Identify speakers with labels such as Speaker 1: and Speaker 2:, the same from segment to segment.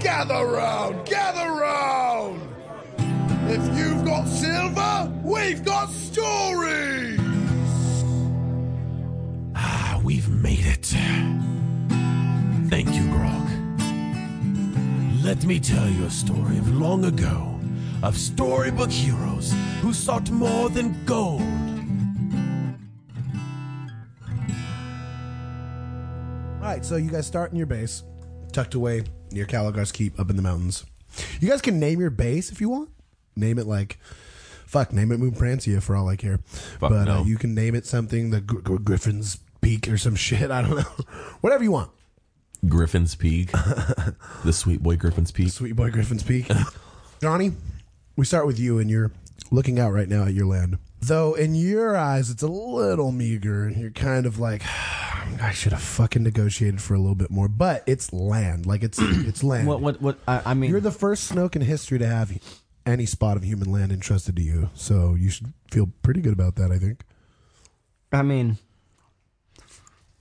Speaker 1: Gather round, gather round. If you've got silver, we've got stories.
Speaker 2: Ah, we've made it. Thank you, Grog. Let me tell you a story of long ago, of storybook heroes who sought more than gold.
Speaker 3: All right, so you guys start in your base, tucked away near Caligar's Keep up in the mountains. You guys can name your base if you want. Name it like, fuck, name it Moon Prancia for all I care. but uh,
Speaker 2: no.
Speaker 3: you can name it something, the Gr- Gr- Griffin's Peak or some shit. I don't know. Whatever you want.
Speaker 2: Griffin's Peak. the sweet boy Griffin's Peak.
Speaker 3: Sweet boy Griffin's Peak. Johnny, we start with you, and you're looking out right now at your land. Though in your eyes, it's a little meager, and you're kind of like, I should have fucking negotiated for a little bit more. But it's land, like it's it's land.
Speaker 4: What? What? What? I, I mean,
Speaker 3: You're the first Snoke in history to have any spot of human land entrusted to you, so you should feel pretty good about that. I think.
Speaker 4: I mean,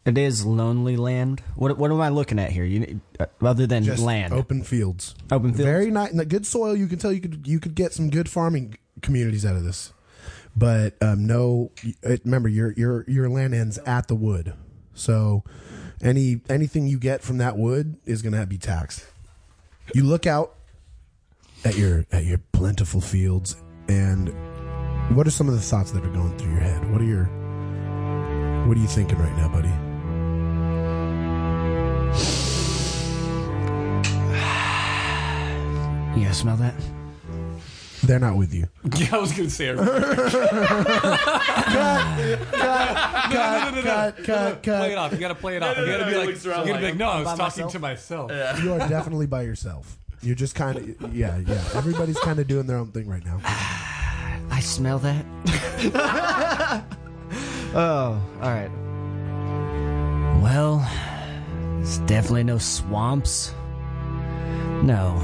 Speaker 4: it is lonely land. What? What am I looking at here? You, need- uh, other than
Speaker 3: Just
Speaker 4: land,
Speaker 3: open fields,
Speaker 4: Open fields.
Speaker 3: very nice, good soil. You can tell you could you could get some good farming communities out of this, but um, no. it- Remember, your your your land ends at the wood, so any anything you get from that wood is going to be taxed. You look out at your at your plentiful fields, and what are some of the thoughts that are going through your head? What are your what are you thinking right now, buddy?
Speaker 4: you guys smell that?
Speaker 3: They're not with you.
Speaker 5: Yeah, I was gonna say. it.
Speaker 3: Cut, cut, cut,
Speaker 5: Play
Speaker 3: cut.
Speaker 5: it off. You gotta play it off. You gotta be like, you gotta be like, no, I was talking to myself.
Speaker 3: You are definitely by yourself. You're just kind of, yeah, yeah. Everybody's kind of doing their own thing right now.
Speaker 4: I smell that. oh, all right. Well, it's definitely no swamps. No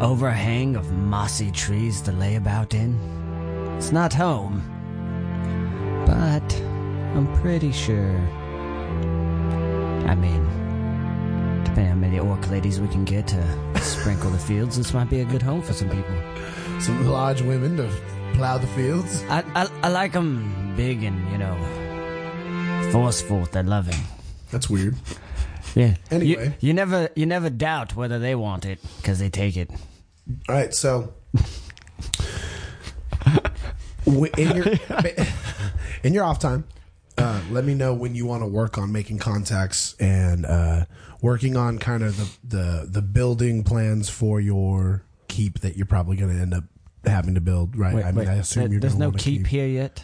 Speaker 4: overhang of mossy trees to lay about in. It's not home. But I'm pretty sure. I mean, depending on how many orc ladies we can get to sprinkle the fields, this might be a good home for some people.
Speaker 3: Some large women to plow the fields.
Speaker 4: I, I, I like them big and, you know, forceful with their loving.
Speaker 3: That's weird.
Speaker 4: Yeah.
Speaker 3: Anyway.
Speaker 4: You, you never you never doubt whether they want it because they take it.
Speaker 3: All right, so w- in your in your off time, uh, let me know when you want to work on making contacts and uh, working on kind of the, the the building plans for your keep that you're probably going to end up having to build. Right? I mean, I assume
Speaker 4: There-
Speaker 3: you're
Speaker 4: there's
Speaker 3: gonna
Speaker 4: no
Speaker 3: wanna
Speaker 4: keep here yet.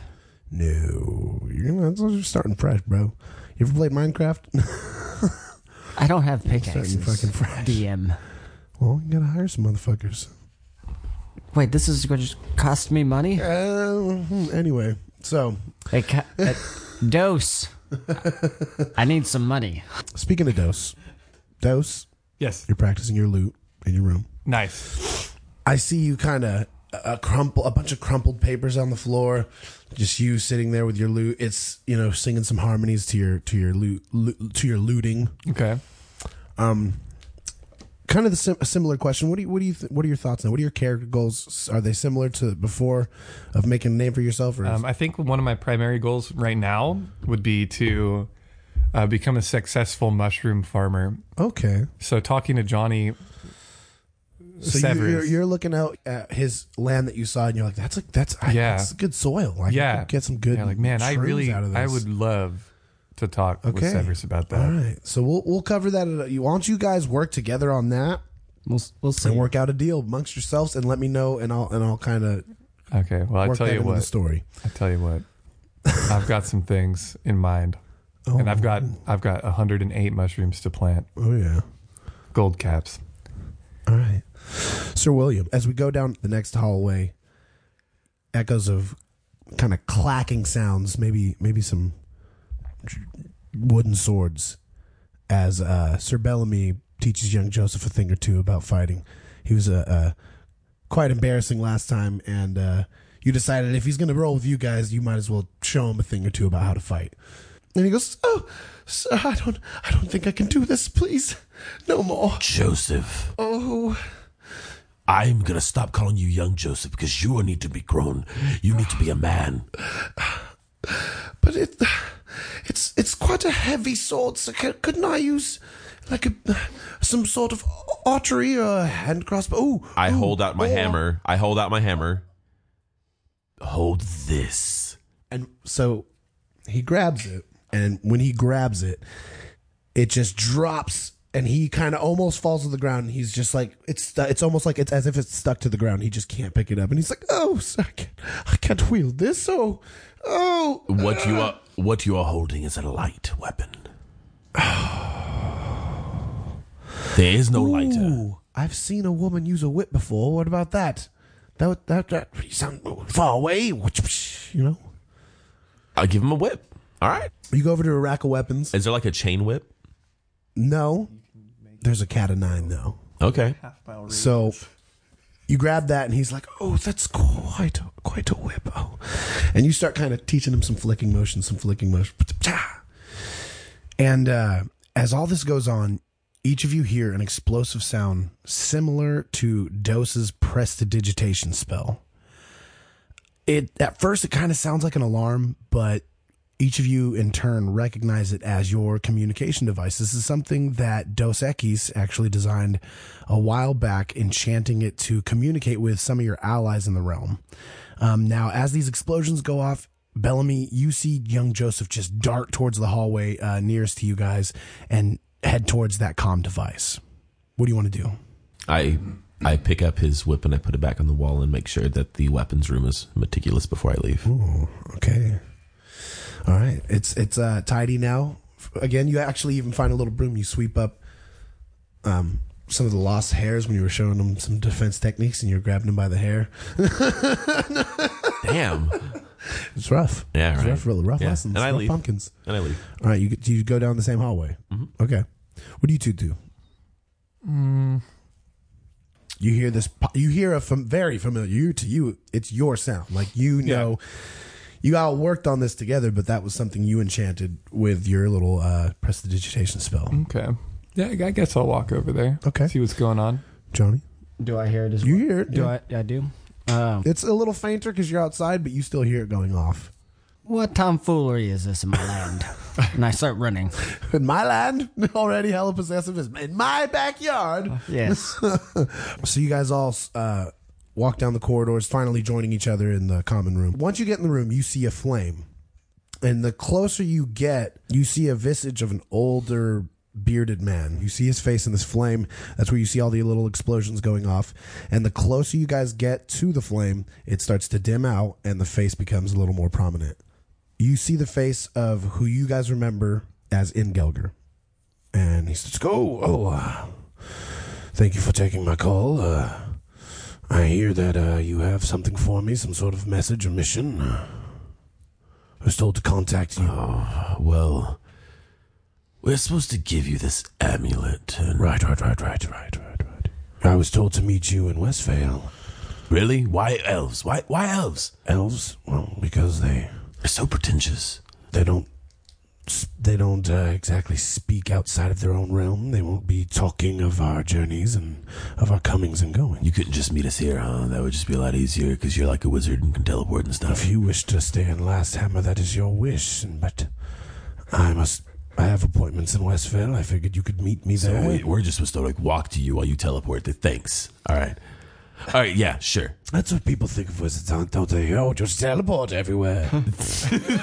Speaker 3: No, you're gonna you're starting fresh, bro. You ever played Minecraft?
Speaker 4: I don't have pickaxes.
Speaker 3: fucking fresh.
Speaker 4: DM.
Speaker 3: well, you gotta hire some motherfuckers.
Speaker 4: Wait, this is going to cost me money?
Speaker 3: Uh, hmm, anyway, so
Speaker 4: It ca- it- dose. I need some money.
Speaker 3: speaking of dose, dose,
Speaker 5: Yes.
Speaker 3: you're practicing your loot in your room.
Speaker 5: Nice.
Speaker 3: I see you kind of a crumple, a bunch of crumpled papers on the floor. Just you sitting there with your loot. It's you know singing some harmonies to your to your loot, loot to your looting.
Speaker 5: Okay.
Speaker 3: Kind of the sim- a similar question. What do you what do you th- what are your thoughts on? What are your character goals? Are they similar to before of making a name for yourself? Or
Speaker 5: Um, I think one of my primary goals right now would be to uh, become a successful mushroom farmer.
Speaker 3: okay,
Speaker 5: So talking to Johnny
Speaker 3: so you,
Speaker 5: Severus.
Speaker 3: you're, you're looking out at his land that you saw, and you're like, that's like that's I,
Speaker 5: Yeah.
Speaker 3: that's good soil. I
Speaker 5: Yeah.
Speaker 3: could get some good.
Speaker 5: Yeah, like man, I
Speaker 3: shrooms
Speaker 5: really,
Speaker 3: out of this.
Speaker 5: I would love to talk with
Speaker 3: Okay.
Speaker 5: Severus about
Speaker 3: All
Speaker 5: that.
Speaker 3: right, so we'll we'll cover that. At a, you, why don't you guys work together on that
Speaker 4: We'll, s- we'll see.
Speaker 3: and work out a deal amongst yourselves, and let me know, and I'll and I'll kind of
Speaker 5: Okay. Well, I
Speaker 3: work
Speaker 5: tell
Speaker 3: that
Speaker 5: you
Speaker 3: into the
Speaker 5: what.
Speaker 3: story.
Speaker 5: I tell you what. I've got some things in mind, and I've got I've got 108 mushrooms to plant.
Speaker 3: Oh yeah.
Speaker 5: Gold caps.
Speaker 3: All right, Sir William. As we go down the next hallway, echoes of kind of clacking sounds, maybe maybe some wooden swords, as uh, Sir Bellamy teaches young Joseph a thing or two about fighting. He was a, uh quite embarrassing last time, and uh, you decided if he's going to roll with you guys, you might as well show him a thing or two about how to fight. And he goes, "Oh, sir, I don't, I don't think I can do this. Please, no more."
Speaker 2: Joseph.
Speaker 3: Oh,
Speaker 2: I'm gonna stop calling you young Joseph because you need to be grown. You need to be a man.
Speaker 3: but it, it's, it's quite a heavy sword. So c- couldn't I use like a some sort of artery or a hand crossbow? Oh,
Speaker 6: I hold out my hammer. I hold out my hammer.
Speaker 2: Hold this.
Speaker 3: And so he grabs it, and when he grabs it, it just drops, and he kind of almost falls to the ground. And he's just like it's stu- it's almost like it's as if it's stuck to the ground. He just can't pick it up, and he's like, "Oh, so I can't, I can't wield this." Oh, oh,
Speaker 2: What you are what you are holding is a light weapon. There is no lighter.
Speaker 3: Ooh, I've seen a woman use a whip before. What about that? That would- that that you sound far away. You know,
Speaker 6: I give him a whip. All right.
Speaker 3: you go over to a rack of weapons.
Speaker 6: Is there like a chain whip?
Speaker 3: No, there's a cat of nine though.
Speaker 6: Okay.
Speaker 3: So you grab that, and he's like, "Oh, that's quite quite a whip." Oh, and you start kind of teaching him some flicking motions, some flicking motions. And uh, as all this goes on, each of you hear an explosive sound similar to Dose's prestidigitation spell. It at first it kind of sounds like an alarm, but each of you in turn recognize it as your communication device. This is something that Dos Equis actually designed a while back, enchanting it to communicate with some of your allies in the realm. Um, now, as these explosions go off, Bellamy, you see young Joseph just dart towards the hallway uh, nearest to you guys and head towards that comm device. What do you want to do?
Speaker 6: I I pick up his whip and I put it back on the wall and make sure that the weapons room is meticulous before I leave.
Speaker 3: Okay. All right. It's it's uh, tidy now. Again, you actually even find a little broom. You sweep up um, some of the lost hairs when you were showing them some defense techniques, and you're grabbing them by the hair.
Speaker 6: Damn.
Speaker 3: It's rough.
Speaker 6: Yeah,
Speaker 3: It's
Speaker 6: right.
Speaker 3: rough, really rough
Speaker 6: Yeah.
Speaker 3: lessons.
Speaker 6: And I
Speaker 3: rough
Speaker 6: leave.
Speaker 3: pumpkins.
Speaker 6: And I leave.
Speaker 3: All right, you do you go down the same hallway? Okay. What do you two do? You hear this? po- You hear a fam- very familiar. You to you, it's your sound. Like you know, you all worked on this together, but that was something you enchanted with your little uh, prestidigitation spell.
Speaker 5: Okay. Yeah, I guess I'll walk over there.
Speaker 3: Okay.
Speaker 5: See what's going on.
Speaker 3: Johnny,
Speaker 4: Do I hear it as
Speaker 3: you
Speaker 4: well?
Speaker 3: hear it?
Speaker 4: Do I? I do. Um,
Speaker 3: It's a little fainter because you're outside, but you still hear it going off.
Speaker 4: what tomfoolery is this in my land? and I start running.
Speaker 3: In my land, already hella possessive is in my backyard.
Speaker 4: Yes.
Speaker 3: So you guys all uh, walk down the corridors, finally joining each other in the common room. Once you get in the room, you see a flame. And the closer you get, you see a visage of an older bearded man. You see his face in this flame. That's where you see all the little explosions going off. And the closer you guys get to the flame, it starts to dim out and the face becomes a little more prominent. You see the face of who you guys remember as Ingelger. And he says, "Go, oh, uh, Thank you for taking my call. Uh, I hear that uh, you have something for me, some sort of message or mission. Uh, I was told to contact you.
Speaker 2: Well, we're supposed to give you this amulet. And
Speaker 3: Right, right, right, right, right, right, right. I was told to meet you in Westvale.
Speaker 2: really, why elves? Why why elves?
Speaker 3: Elves, well, because they
Speaker 2: They're so pretentious.
Speaker 3: they don't s- they don't uh, exactly speak outside of their own realm. They won't be talking of our journeys and of our comings and goings.
Speaker 2: You couldn't just meet us here, huh? That would just be a lot easier because you're like a wizard and can teleport and stuff.
Speaker 3: If you wish to stay in Last Hammer, that is your wish. and- But I must. I have appointments in Westvale. I figured you could meet me there.
Speaker 2: So we, we're just supposed to like walk to you while you teleport. The thanks. All right. All right. Yeah. Sure.
Speaker 3: That's what people think of wizards, aren't don't they? Oh, just teleport everywhere.
Speaker 5: you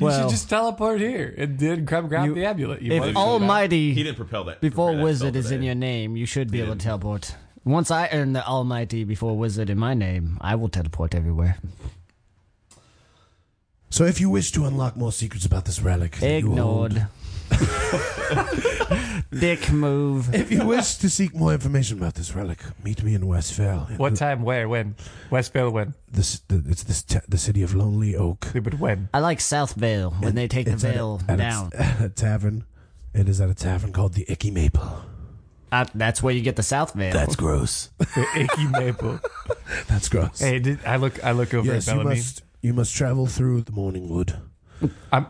Speaker 4: well,
Speaker 5: should just teleport here. It did grab, grab the amulet. You
Speaker 4: if
Speaker 5: wanted to
Speaker 4: Almighty.
Speaker 6: He didn't propel that.
Speaker 4: before
Speaker 6: prepare that
Speaker 4: wizard
Speaker 6: spell
Speaker 4: is in
Speaker 6: today.
Speaker 4: your name, you should be able to teleport. Once I earn the almighty before wizard in my name, I will teleport everywhere.
Speaker 3: so, if you wish to unlock more secrets about this relic, that you hold-
Speaker 4: Ignored. Dick move.
Speaker 3: If you wish to seek more information about this relic, meet me in Westvale.
Speaker 5: What time? Where? When? Westvale. When?
Speaker 3: This, the, it's this t- the city of Lonely Oak.
Speaker 5: Stupid. When?
Speaker 4: I like South Vale when they take the
Speaker 3: It's at a-
Speaker 4: veil
Speaker 3: at a-
Speaker 4: down.
Speaker 3: at a tavern. It is at a tavern called the Icky Maple.
Speaker 4: Uh, that's where you get the South Vale.
Speaker 2: That's gross.
Speaker 5: The icky maple.
Speaker 3: That's gross.
Speaker 5: Hey, did, I look. I look over
Speaker 3: yes,
Speaker 5: at
Speaker 3: you
Speaker 5: Bellamy.
Speaker 3: must. You must travel through the Morning Wood.
Speaker 5: I'm.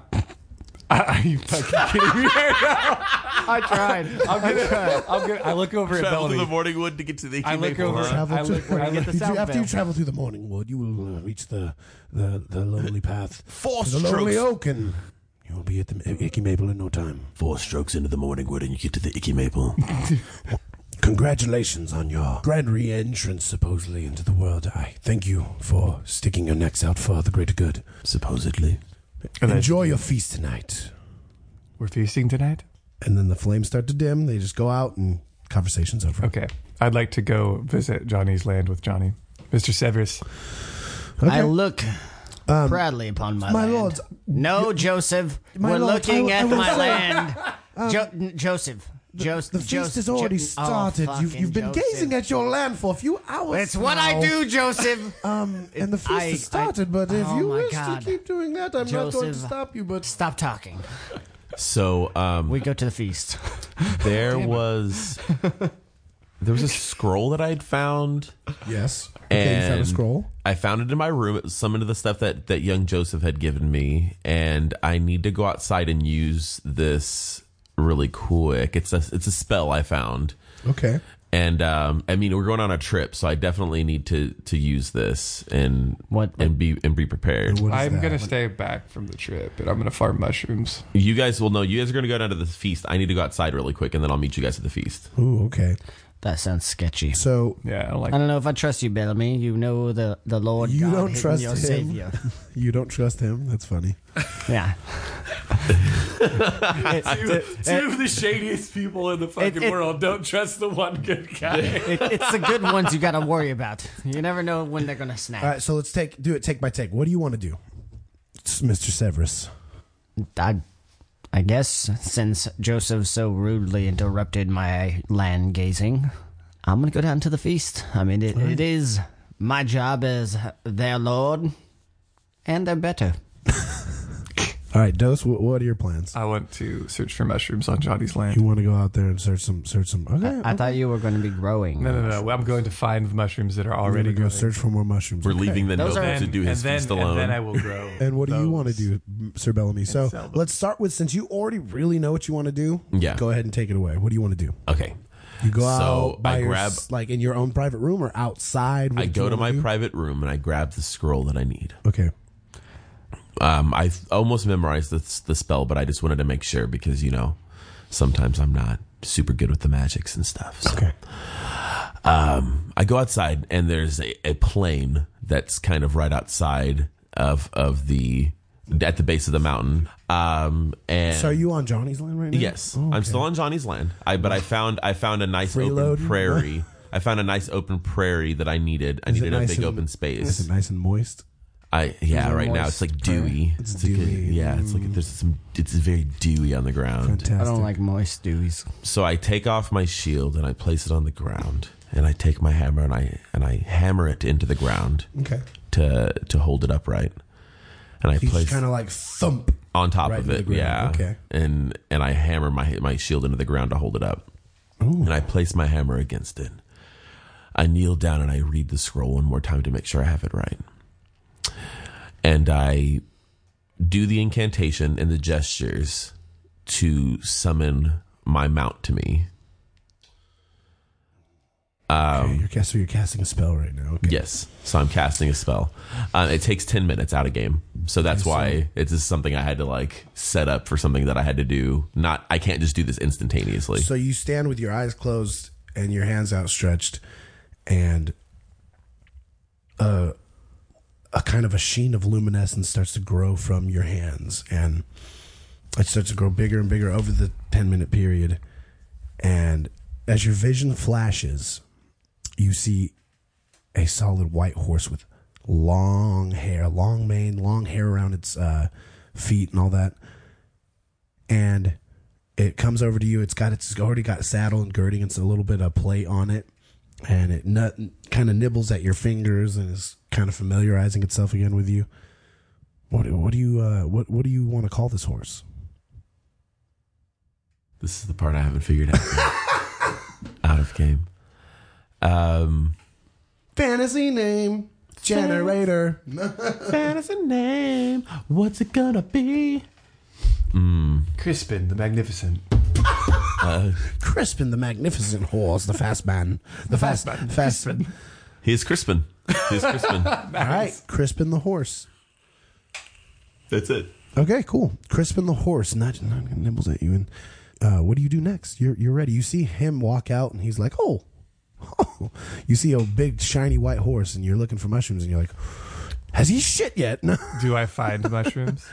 Speaker 5: Are you fucking kidding me? I tried. I'm gonna. I'm gonna. I look over at
Speaker 6: Travel to the
Speaker 5: Bellamy.
Speaker 6: morning wood to get to the.
Speaker 5: I look over.
Speaker 6: Huh?
Speaker 5: I look. I look.
Speaker 7: the
Speaker 3: You do-
Speaker 7: sound
Speaker 3: after you
Speaker 7: veil.
Speaker 3: travel through the morning wood, you will uh, reach the, the, the lonely path.
Speaker 6: Four
Speaker 3: to the lonely
Speaker 6: strokes.
Speaker 3: oak, and you will be at the Icky Maple in no time.
Speaker 6: Four strokes into the morning wood and you get to the icky maple.
Speaker 3: Congratulations on your grand re entrance, supposedly, into the world. I thank you for sticking your necks out for the greater good.
Speaker 6: supposedly.
Speaker 3: Enjoy your feast tonight.
Speaker 5: We're feasting tonight.
Speaker 3: And then the flames start to dim. They just go out, and conversation's over.
Speaker 5: Okay. I'd like to go visit Johnny's land with Johnny, Mister Severus.
Speaker 4: I look proudly upon my,
Speaker 3: Um, my
Speaker 4: land.
Speaker 3: lords,
Speaker 4: no, Joseph,
Speaker 3: My
Speaker 4: we're
Speaker 3: lords,
Speaker 4: looking
Speaker 3: I- I
Speaker 4: at
Speaker 3: will
Speaker 4: my
Speaker 3: say- Um,
Speaker 4: land. jo- n- Joseph, Joseph, oh,
Speaker 3: The feast has already started. you've, you've been gazing at your land for a few hours.
Speaker 4: It's what I
Speaker 3: now.
Speaker 4: do, Joseph.
Speaker 3: Um, and the feast
Speaker 4: I-
Speaker 3: has started, but if
Speaker 4: I- oh
Speaker 3: you
Speaker 4: my
Speaker 3: wish
Speaker 4: God.
Speaker 3: to keep doing that, I'm not going to
Speaker 4: Joseph.
Speaker 3: stop you. But
Speaker 4: Stop talking.
Speaker 6: So um,
Speaker 4: We go to the feast.
Speaker 6: there was there was a scroll that I had found.
Speaker 3: yes, okay,
Speaker 6: And
Speaker 3: you found a scroll.
Speaker 6: I found it in my room. It was some of the stuff that that young Joseph had given me, and I need to go outside and use this really quick. It's a it's a spell I found,
Speaker 3: Okay,
Speaker 6: and um, I mean we're going on a trip, so I definitely need to to use this and
Speaker 4: What-
Speaker 6: and be and be prepared.
Speaker 3: What is
Speaker 5: I'm
Speaker 3: that?
Speaker 5: gonna stay back from the trip, and I'm gonna farm mushrooms.
Speaker 6: You guys will know. You guys are going to go down to the feast. I need to go outside really quick, and then I'll meet you guys at the feast.
Speaker 3: Ooh, okay.
Speaker 4: That sounds sketchy.
Speaker 3: So
Speaker 5: Yeah, I don't like.
Speaker 4: I don't know if I trust you, Bellamy. You know the the Lord.
Speaker 3: You
Speaker 4: God
Speaker 3: don't
Speaker 4: hidden
Speaker 3: trust
Speaker 4: your
Speaker 3: him.
Speaker 4: Savior.
Speaker 3: you don't trust him? That's funny.
Speaker 4: yeah.
Speaker 8: Two of the shadiest people in the fucking
Speaker 4: it-
Speaker 8: world don't trust the one good guy.
Speaker 4: It, it's the good ones you got to worry about. You never know when they're gonna snap.
Speaker 3: All right, so let's take do it take by take. What do you want to do, S- Mr. Severus?
Speaker 4: I, I guess since Joseph so rudely interrupted my land gazing, I'm gonna go down to the feast. I mean, it, it is my job as their lord, and they're better.
Speaker 3: All right, Dose. What, what are your plans?
Speaker 5: I want to search for mushrooms on Johnny's land.
Speaker 3: You want to go out there and search some search some. Okay,
Speaker 4: I thought you were gonna be growing.
Speaker 5: No, no, no. I'm going to find mushrooms that are already
Speaker 3: ready to go
Speaker 5: growing.
Speaker 3: search for more mushrooms.
Speaker 6: We're
Speaker 3: Okay.
Speaker 6: leaving the
Speaker 4: Those
Speaker 6: noble
Speaker 4: are-
Speaker 6: to do his
Speaker 5: and
Speaker 6: feast
Speaker 5: then,
Speaker 6: alone.
Speaker 5: And then I will grow.
Speaker 3: And what do you want to
Speaker 5: those.
Speaker 3: do, M- Sir Bellamy? So
Speaker 5: sell them.
Speaker 3: let's start with since you already really know what you want to do.
Speaker 6: Yeah.
Speaker 3: Go ahead and take it away. What do you want to do?
Speaker 6: okay,
Speaker 3: You go
Speaker 6: So,
Speaker 3: out by
Speaker 6: I
Speaker 3: your,
Speaker 6: grab-
Speaker 3: s- like in your own private room or outside. What
Speaker 6: I
Speaker 3: do you
Speaker 6: go to
Speaker 3: wanna
Speaker 6: my
Speaker 3: do?
Speaker 6: private room and I grab the scroll that I need.
Speaker 3: Okay.
Speaker 6: Um, I almost memorized the, the spell, but I just wanted to make sure because you know sometimes I'm not super good with the magics and stuff. So.
Speaker 3: Okay.
Speaker 6: Um, I go outside and there's a, a plane that's kind of right outside of of the at the base of the mountain. Um, and
Speaker 3: So are you on Johnny's land right now?
Speaker 6: Yes,
Speaker 3: Oh,
Speaker 6: I'm
Speaker 3: okay.
Speaker 6: still on Johnny's land. I but I found I found a nice
Speaker 3: Freeloading?
Speaker 6: open prairie. I found a nice open prairie that I needed. I
Speaker 3: Is it
Speaker 6: needed
Speaker 3: nice
Speaker 6: a big
Speaker 3: and-
Speaker 6: open
Speaker 3: Is it
Speaker 6: space.
Speaker 3: nice and moist?
Speaker 6: I yeah,
Speaker 4: it
Speaker 6: right now
Speaker 4: moist
Speaker 6: it's like dewy. It's, like a-
Speaker 3: dewy.
Speaker 6: yeah, it's like there's some. It's very dewy on the ground.
Speaker 3: Fantastic.
Speaker 4: I don't like moist dewies.
Speaker 6: So I take off my shield and I place it on the ground, and I take my hammer and I and I hammer it into the ground
Speaker 3: Okay.
Speaker 6: to to hold it upright. And I
Speaker 3: You
Speaker 6: place
Speaker 3: just kind of like thump.
Speaker 6: on top
Speaker 3: Right
Speaker 6: of
Speaker 3: into the ground,
Speaker 6: it. Yeah.
Speaker 3: okay.
Speaker 6: And and I hammer my my shield into the ground to hold it up. And I place my hammer against it. I kneel down and I read the scroll one more time to make sure I have it right. And I do the incantation and the gestures to summon my mount to me.
Speaker 3: okay, you're, cast- so you're casting a spell right now. Okay.
Speaker 6: Yes. So I'm casting a spell. Uh, it takes 10 minutes out of game. So that's why it's just something I had to like set up for something that I had to do. Not, I can't just do this instantaneously.
Speaker 3: So you stand with your eyes closed and your hands outstretched, and uh, a, a kind of a sheen of luminescence starts to grow from your hands, and it starts to grow bigger and bigger over the ten minute period. And as your vision flashes, you see a solid white horse with long hair, long mane, long hair around its uh, feet, and all that. And it comes over to you. It's got it's already got saddle and girding. It's a little bit of plate on it, and it nut, kind of nibbles at your fingers and is kind of familiarizing itself again with you. What what do you uh, what what do you want to call this horse?
Speaker 6: This is the part I haven't figured out. yet. out of game. Um,
Speaker 3: Fantasy name generator.
Speaker 6: fantasy name. What's it gonna be?
Speaker 7: Crispin the Magnificent.
Speaker 3: Crispin the Magnificent Horse, the Fast Man. The Fast Man. Fast Man.
Speaker 6: He's Crispin. He's Crispin.
Speaker 3: All right. Crispin the Horse.
Speaker 6: That's it.
Speaker 3: Okay, cool. Crispin the horse not, not nibbles at you, and uh, what do you do next? You're you're ready. You see him walk out, and he's like, "Oh, oh!" You see a big shiny white horse, and you're looking for mushrooms, and you're like, "Has he shit yet?"
Speaker 5: Do I find mushrooms?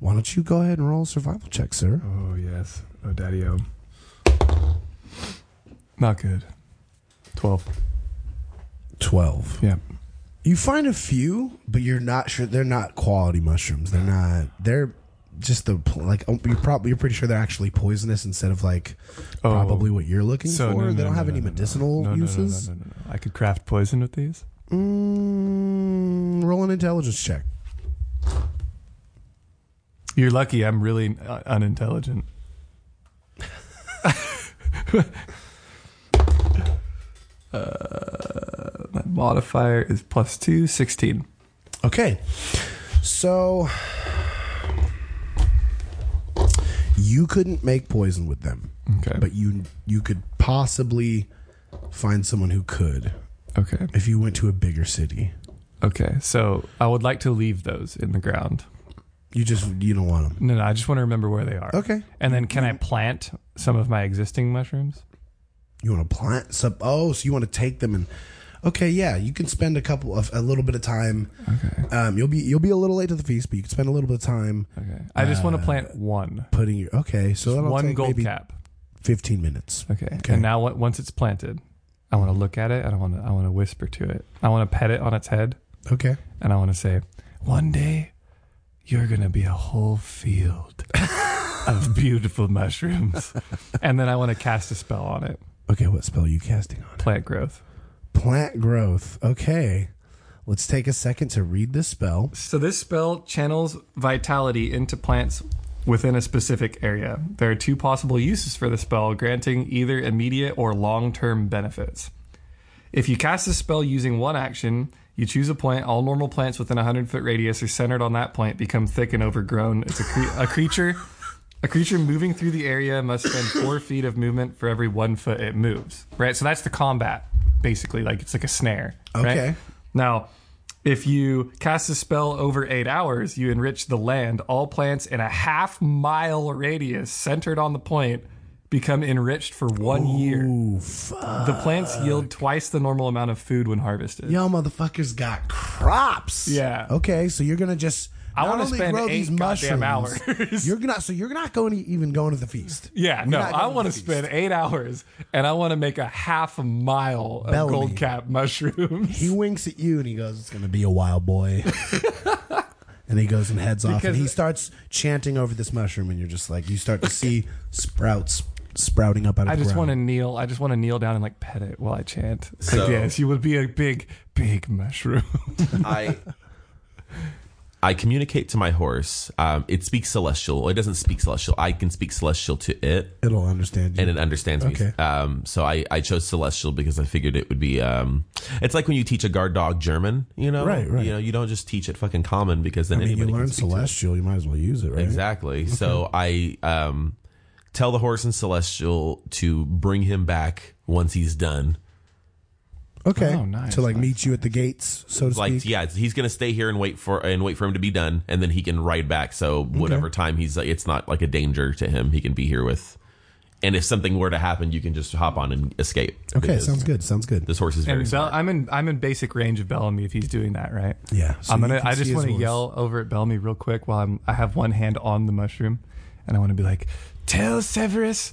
Speaker 3: Why don't you go ahead and roll a survival check, sir?
Speaker 5: Oh yes. Oh daddy o. Not good. Twelve.
Speaker 3: Twelve.
Speaker 5: Yeah.
Speaker 3: You find a few, but you're not sure they're not quality mushrooms. They're not. They're just the pl- like um, you're probably you're pretty sure they're actually poisonous instead of like
Speaker 5: Oh.
Speaker 3: probably what you're looking
Speaker 5: So
Speaker 3: for.
Speaker 5: no, no,
Speaker 3: they don't
Speaker 5: no,
Speaker 3: have
Speaker 5: no,
Speaker 3: any
Speaker 5: no, no,
Speaker 3: medicinal
Speaker 5: no, no, no, no,
Speaker 3: uses.
Speaker 5: no, no, no. I could craft poison with these.
Speaker 3: Mm, roll an intelligence check.
Speaker 5: You're lucky. I'm really uh, unintelligent. uh, my modifier is plus two, 16.
Speaker 3: Okay. So you couldn't make poison with them,
Speaker 5: Okay.
Speaker 3: but you you could possibly find someone who could
Speaker 5: okay.
Speaker 3: if you went to a bigger city.
Speaker 5: Okay. So I would like to leave those in the ground.
Speaker 3: You just you don't want them.
Speaker 5: No, no. I just want to remember where they are.
Speaker 3: Okay.
Speaker 5: And then can I plant some of my existing mushrooms?
Speaker 3: You want to plant some Oh, so you want to take them and Okay, yeah, you can spend a couple of a little bit of time. Okay. Um you'll be you'll be a little late to the feast, but you can spend a little bit of time
Speaker 5: Okay. I just want to plant one.
Speaker 3: putting your Okay, Uh, so that'll
Speaker 5: One
Speaker 3: take
Speaker 5: gold
Speaker 3: maybe
Speaker 5: cap.
Speaker 3: 15 minutes.
Speaker 5: Okay. And now on- once it's planted, I want to look at it. I don't want to. I want to whisper to it. I want to pet it on its head,
Speaker 3: Okay.
Speaker 5: and I want to say, "One day, you're gonna be a whole field of beautiful mushrooms." and then I want to cast a spell on it.
Speaker 3: Okay, what spell are you casting on?
Speaker 5: Plant growth.
Speaker 3: Plant growth. Okay. Let's take a second to read this spell.
Speaker 5: So this spell channels vitality into plants within a specific area. There are two possible uses for the spell, granting either immediate or long-term benefits. If you cast this spell using one action, you choose a plant. All normal plants within a 100-foot radius are centered on that plant, become thick and overgrown. It's a, cre- a creature. A creature moving through the area must spend four feet of movement for every one foot it moves. Right, so that's the combat, basically. Like it's like a snare. right?
Speaker 3: Okay.
Speaker 5: Now, if you cast a spell over eight hours, you enrich the land. All plants in a half mile radius centered on the point become enriched for one year. The plants yield twice the normal amount of food when harvested.
Speaker 3: Y'all motherfuckers got crops.
Speaker 5: Yeah.
Speaker 3: Okay, so you're gonna just
Speaker 5: I
Speaker 3: not
Speaker 5: wanna
Speaker 3: only
Speaker 5: spend
Speaker 3: grow
Speaker 5: eight
Speaker 3: these
Speaker 5: goddamn
Speaker 3: mushrooms, You're gonna so you're not going to even going to the feast.
Speaker 5: Yeah, no,
Speaker 3: not going
Speaker 5: I want to
Speaker 3: to the
Speaker 5: spend eight hours and I want to make a half a mile of
Speaker 3: Bellamy.
Speaker 5: gold cap mushrooms.
Speaker 3: He winks at you and he goes, "It's gonna be a wild boy." and he goes and heads off, and
Speaker 5: Because-
Speaker 3: he starts chanting over this mushroom, and you're just like, you start to see sprouts sprouting up out of
Speaker 5: I
Speaker 3: the
Speaker 5: just
Speaker 3: ground.
Speaker 5: want to kneel. I just want to kneel down and like pet it while I chant. It's
Speaker 6: So-
Speaker 5: like, yes, you will be a big, big mushroom.
Speaker 6: I I communicate to my horse. Um, it speaks celestial. Well, it doesn't speak celestial. I can speak celestial to it,
Speaker 3: It'll understand you.
Speaker 6: and it understands me.
Speaker 3: Okay.
Speaker 6: Um, so I, I chose celestial because I figured it would be. Um, it's like when you teach a guard dog German. You know,
Speaker 3: Right, right.
Speaker 6: You know, you don't just teach it fucking common because then
Speaker 3: I mean, you
Speaker 6: anybody can
Speaker 3: learn
Speaker 6: speak to it.
Speaker 3: celestial, you might as well use it, right?
Speaker 6: Exactly. So I um, tell the horse and celestial to bring him back once he's done.
Speaker 3: Okay.
Speaker 5: Oh, nice,
Speaker 3: to like
Speaker 5: nice,
Speaker 3: meet you at the gates, so to
Speaker 6: Like
Speaker 3: speak.
Speaker 6: yeah, he's gonna stay here and wait for and wait for him to be done, and then he can ride back. So whatever time he's, like, it's not like a danger to him. He can be here with. And if something were to happen, you can just hop on and escape.
Speaker 3: Okay,
Speaker 6: because
Speaker 3: sounds good. Sounds good.
Speaker 6: This horse is very.
Speaker 5: And Bell, I'm in I'm in basic range of Bellamy if he's doing that, right?
Speaker 3: Yeah, so
Speaker 5: I'm
Speaker 3: you
Speaker 5: gonna.
Speaker 3: can
Speaker 5: I
Speaker 3: see
Speaker 5: just
Speaker 3: his
Speaker 5: want to
Speaker 3: horse.
Speaker 5: yell over at Bellamy real quick while I'm. I have one hand on the mushroom, and I want to be like, "Tell Severus,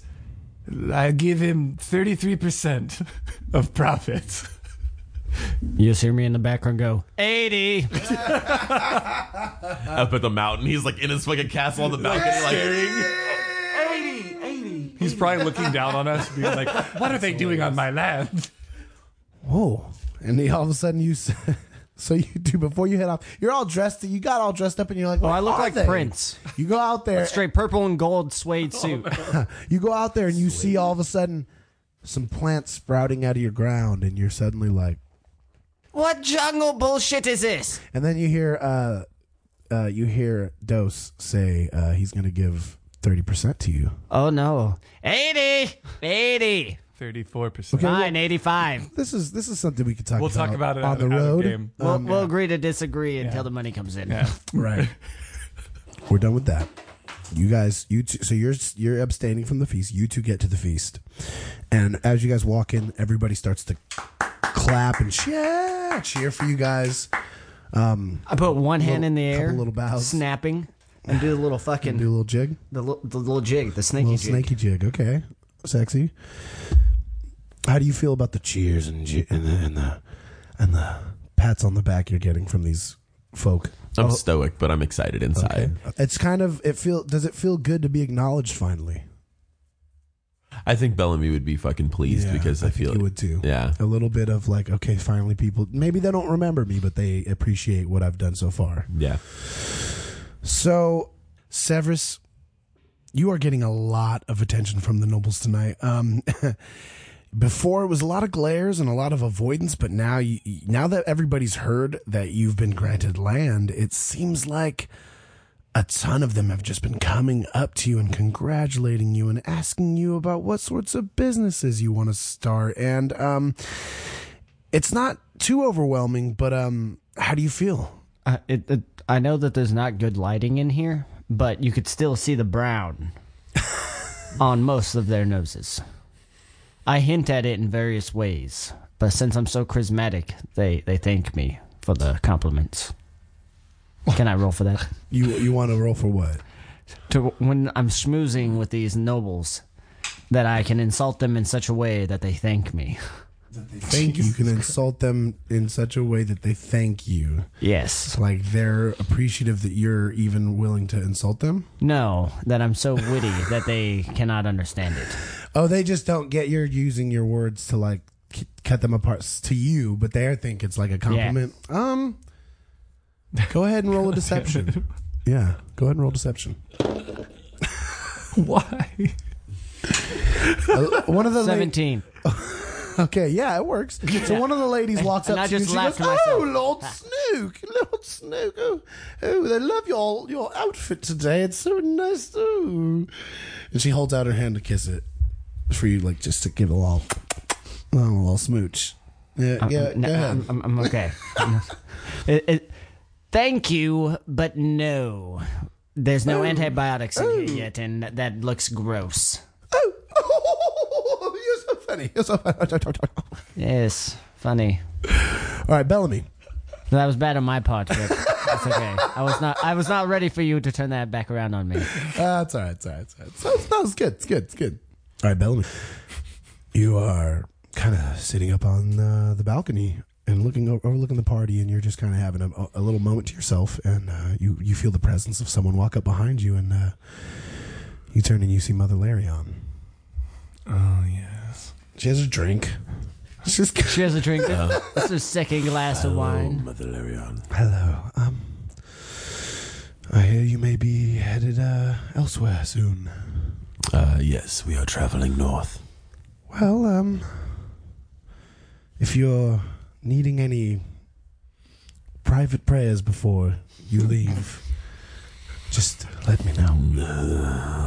Speaker 5: I give him 33 percent of profits."
Speaker 4: You just hear me in the background go, 80.
Speaker 6: up at the mountain. He's like in his fucking castle on the balcony, like
Speaker 5: He's probably looking down on us, being like, "What are they doing on my land?"
Speaker 3: Whoa. Oh, And then all of a sudden you s- so you do before you head off, you're all dressed you got all dressed up and you're like,
Speaker 4: Oh, I look
Speaker 3: "What are
Speaker 4: like
Speaker 3: they?"
Speaker 4: Prince.
Speaker 3: You go out there
Speaker 4: Straight purple and gold suede suit.
Speaker 3: you go out there and you see all of a sudden some plants sprouting out of your ground and you're suddenly like
Speaker 4: What jungle bullshit is this?
Speaker 3: and then you hear uh uh you hear Dose say uh he's gonna give thirty percent to you.
Speaker 4: Oh no. 80! 80!
Speaker 5: 34%.
Speaker 4: Fine, 85.
Speaker 3: This is this is something we could talk.
Speaker 5: We'll
Speaker 3: about
Speaker 5: talk about it
Speaker 3: on
Speaker 5: out-
Speaker 3: the
Speaker 5: out of
Speaker 3: road.
Speaker 5: game.
Speaker 4: We'll, we'll agree to disagree until the money comes in.
Speaker 3: Right. We're done with that. You guys, you two, so you're you're abstaining from the feast. You two get to the feast, and as you guys walk in, everybody starts to clap and cheer, cheer for you guys.
Speaker 4: I put one hand
Speaker 3: Little-
Speaker 4: in the air,
Speaker 3: couple little bows.
Speaker 4: snapping, and do the little fucking
Speaker 3: Do a little jig,
Speaker 4: the, li- the little jig, the snaky
Speaker 3: little
Speaker 4: jig.
Speaker 3: snaky jig. Okay, sexy. How do you feel about the cheers and ji- and the and the, and the pats on the back you're getting from these folk?
Speaker 6: I'm stoic, but I'm excited inside.
Speaker 3: It's kind of it feel. Does it feel good to be acknowledged finally?
Speaker 6: I think Bellamy would be fucking pleased
Speaker 3: Yeah,
Speaker 6: because I,
Speaker 3: think
Speaker 6: feel
Speaker 3: you would too.
Speaker 6: Yeah.
Speaker 3: a little bit of like, okay, finally, people. Maybe they don't remember me, but they appreciate what I've done so far.
Speaker 6: Yeah.
Speaker 3: So, Severus, you are getting a lot of attention from the nobles tonight. Um, before it was a lot of glares and a lot of avoidance, but now you, now that everybody's heard that you've been granted land, it seems like a ton of them have just been coming up to you and congratulating you and asking you about what sorts of businesses you want to start and um it's not too overwhelming but um how do you feel
Speaker 4: Uh, it, it, I know that there's not good lighting in here, but you could still see the brown on most of their noses. I hint at it in various ways, but since I'm so charismatic, they, they thank me for the compliments. Can I roll for that?
Speaker 3: you you want to roll for what
Speaker 4: to when I'm schmoozing with these nobles that I can insult them in such a way that they thank me.
Speaker 3: thank you. You can insult them in such a way that they thank you.
Speaker 4: Yes.
Speaker 3: Like they're appreciative that you're even willing to insult them.
Speaker 4: No, that I'm so witty that they cannot understand it.
Speaker 3: Oh, they just don't get you're using your words to like c- cut them apart s- to you, but they think it's like a compliment. Um, go ahead and roll a deception. yeah, go ahead and roll deception.
Speaker 5: Why?
Speaker 3: Uh, one of the la-
Speaker 4: 17.
Speaker 3: okay, yeah, it works. So one of the ladies walks
Speaker 4: And
Speaker 3: up
Speaker 4: I
Speaker 3: to you.
Speaker 4: just
Speaker 3: and She
Speaker 4: laughed
Speaker 3: goes,
Speaker 4: to
Speaker 3: "Oh,
Speaker 4: myself."
Speaker 3: Lord Snook, Lord Snook, oh, oh, they love your your outfit today. It's so nice. Oh. And she holds out her hand to kiss it for you, like just to give a little, a little smooch. Yeah, yeah,
Speaker 4: No,
Speaker 3: go ahead.
Speaker 4: I'm, I'm, I'm okay. It- it- thank you, but no. There's no antibiotics in here yet, and that looks gross.
Speaker 3: Oh, you're so funny. You're so funny. All
Speaker 4: Yes, funny.
Speaker 3: right, Bellamy.
Speaker 4: That was bad on my part, but it's okay. I was not. I was not ready for you to turn that back around on me.
Speaker 3: Uh, it's all right. It's all right. It's all right. So, that was good. It's good. It's good. All right, Bellamy. You are kind of sitting up on uh, the balcony and looking o- overlooking the party, and you're just kind of having a, a little moment to yourself, and uh, you you feel the presence of someone walk up behind you, and uh, you turn and you see Mother Larion.
Speaker 5: Oh, yes.
Speaker 3: She has a drink. She's got-
Speaker 4: She has a drink. It's her second glass of wine.
Speaker 6: Mother Larion.
Speaker 3: Hello. Um, I hear you may be headed uh, elsewhere soon.
Speaker 6: Uh, yes, we are traveling north.
Speaker 3: Well, um, if you're needing any private prayers before you leave, just let me know.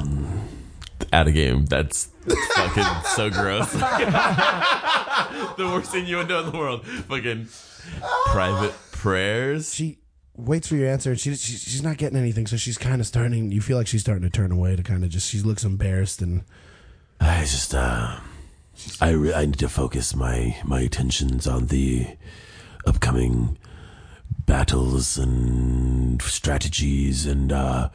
Speaker 6: Out of game. That's fucking so gross. the worst thing you would know in the world. Fucking private prayers.
Speaker 3: She waits for your answer, and she, she she's not getting anything, so she's kind of starting. You feel like she's starting to turn away to kind of just. She looks embarrassed, and
Speaker 6: I just uh, I re- I need to focus my my attentions on the upcoming battles and strategies and uh,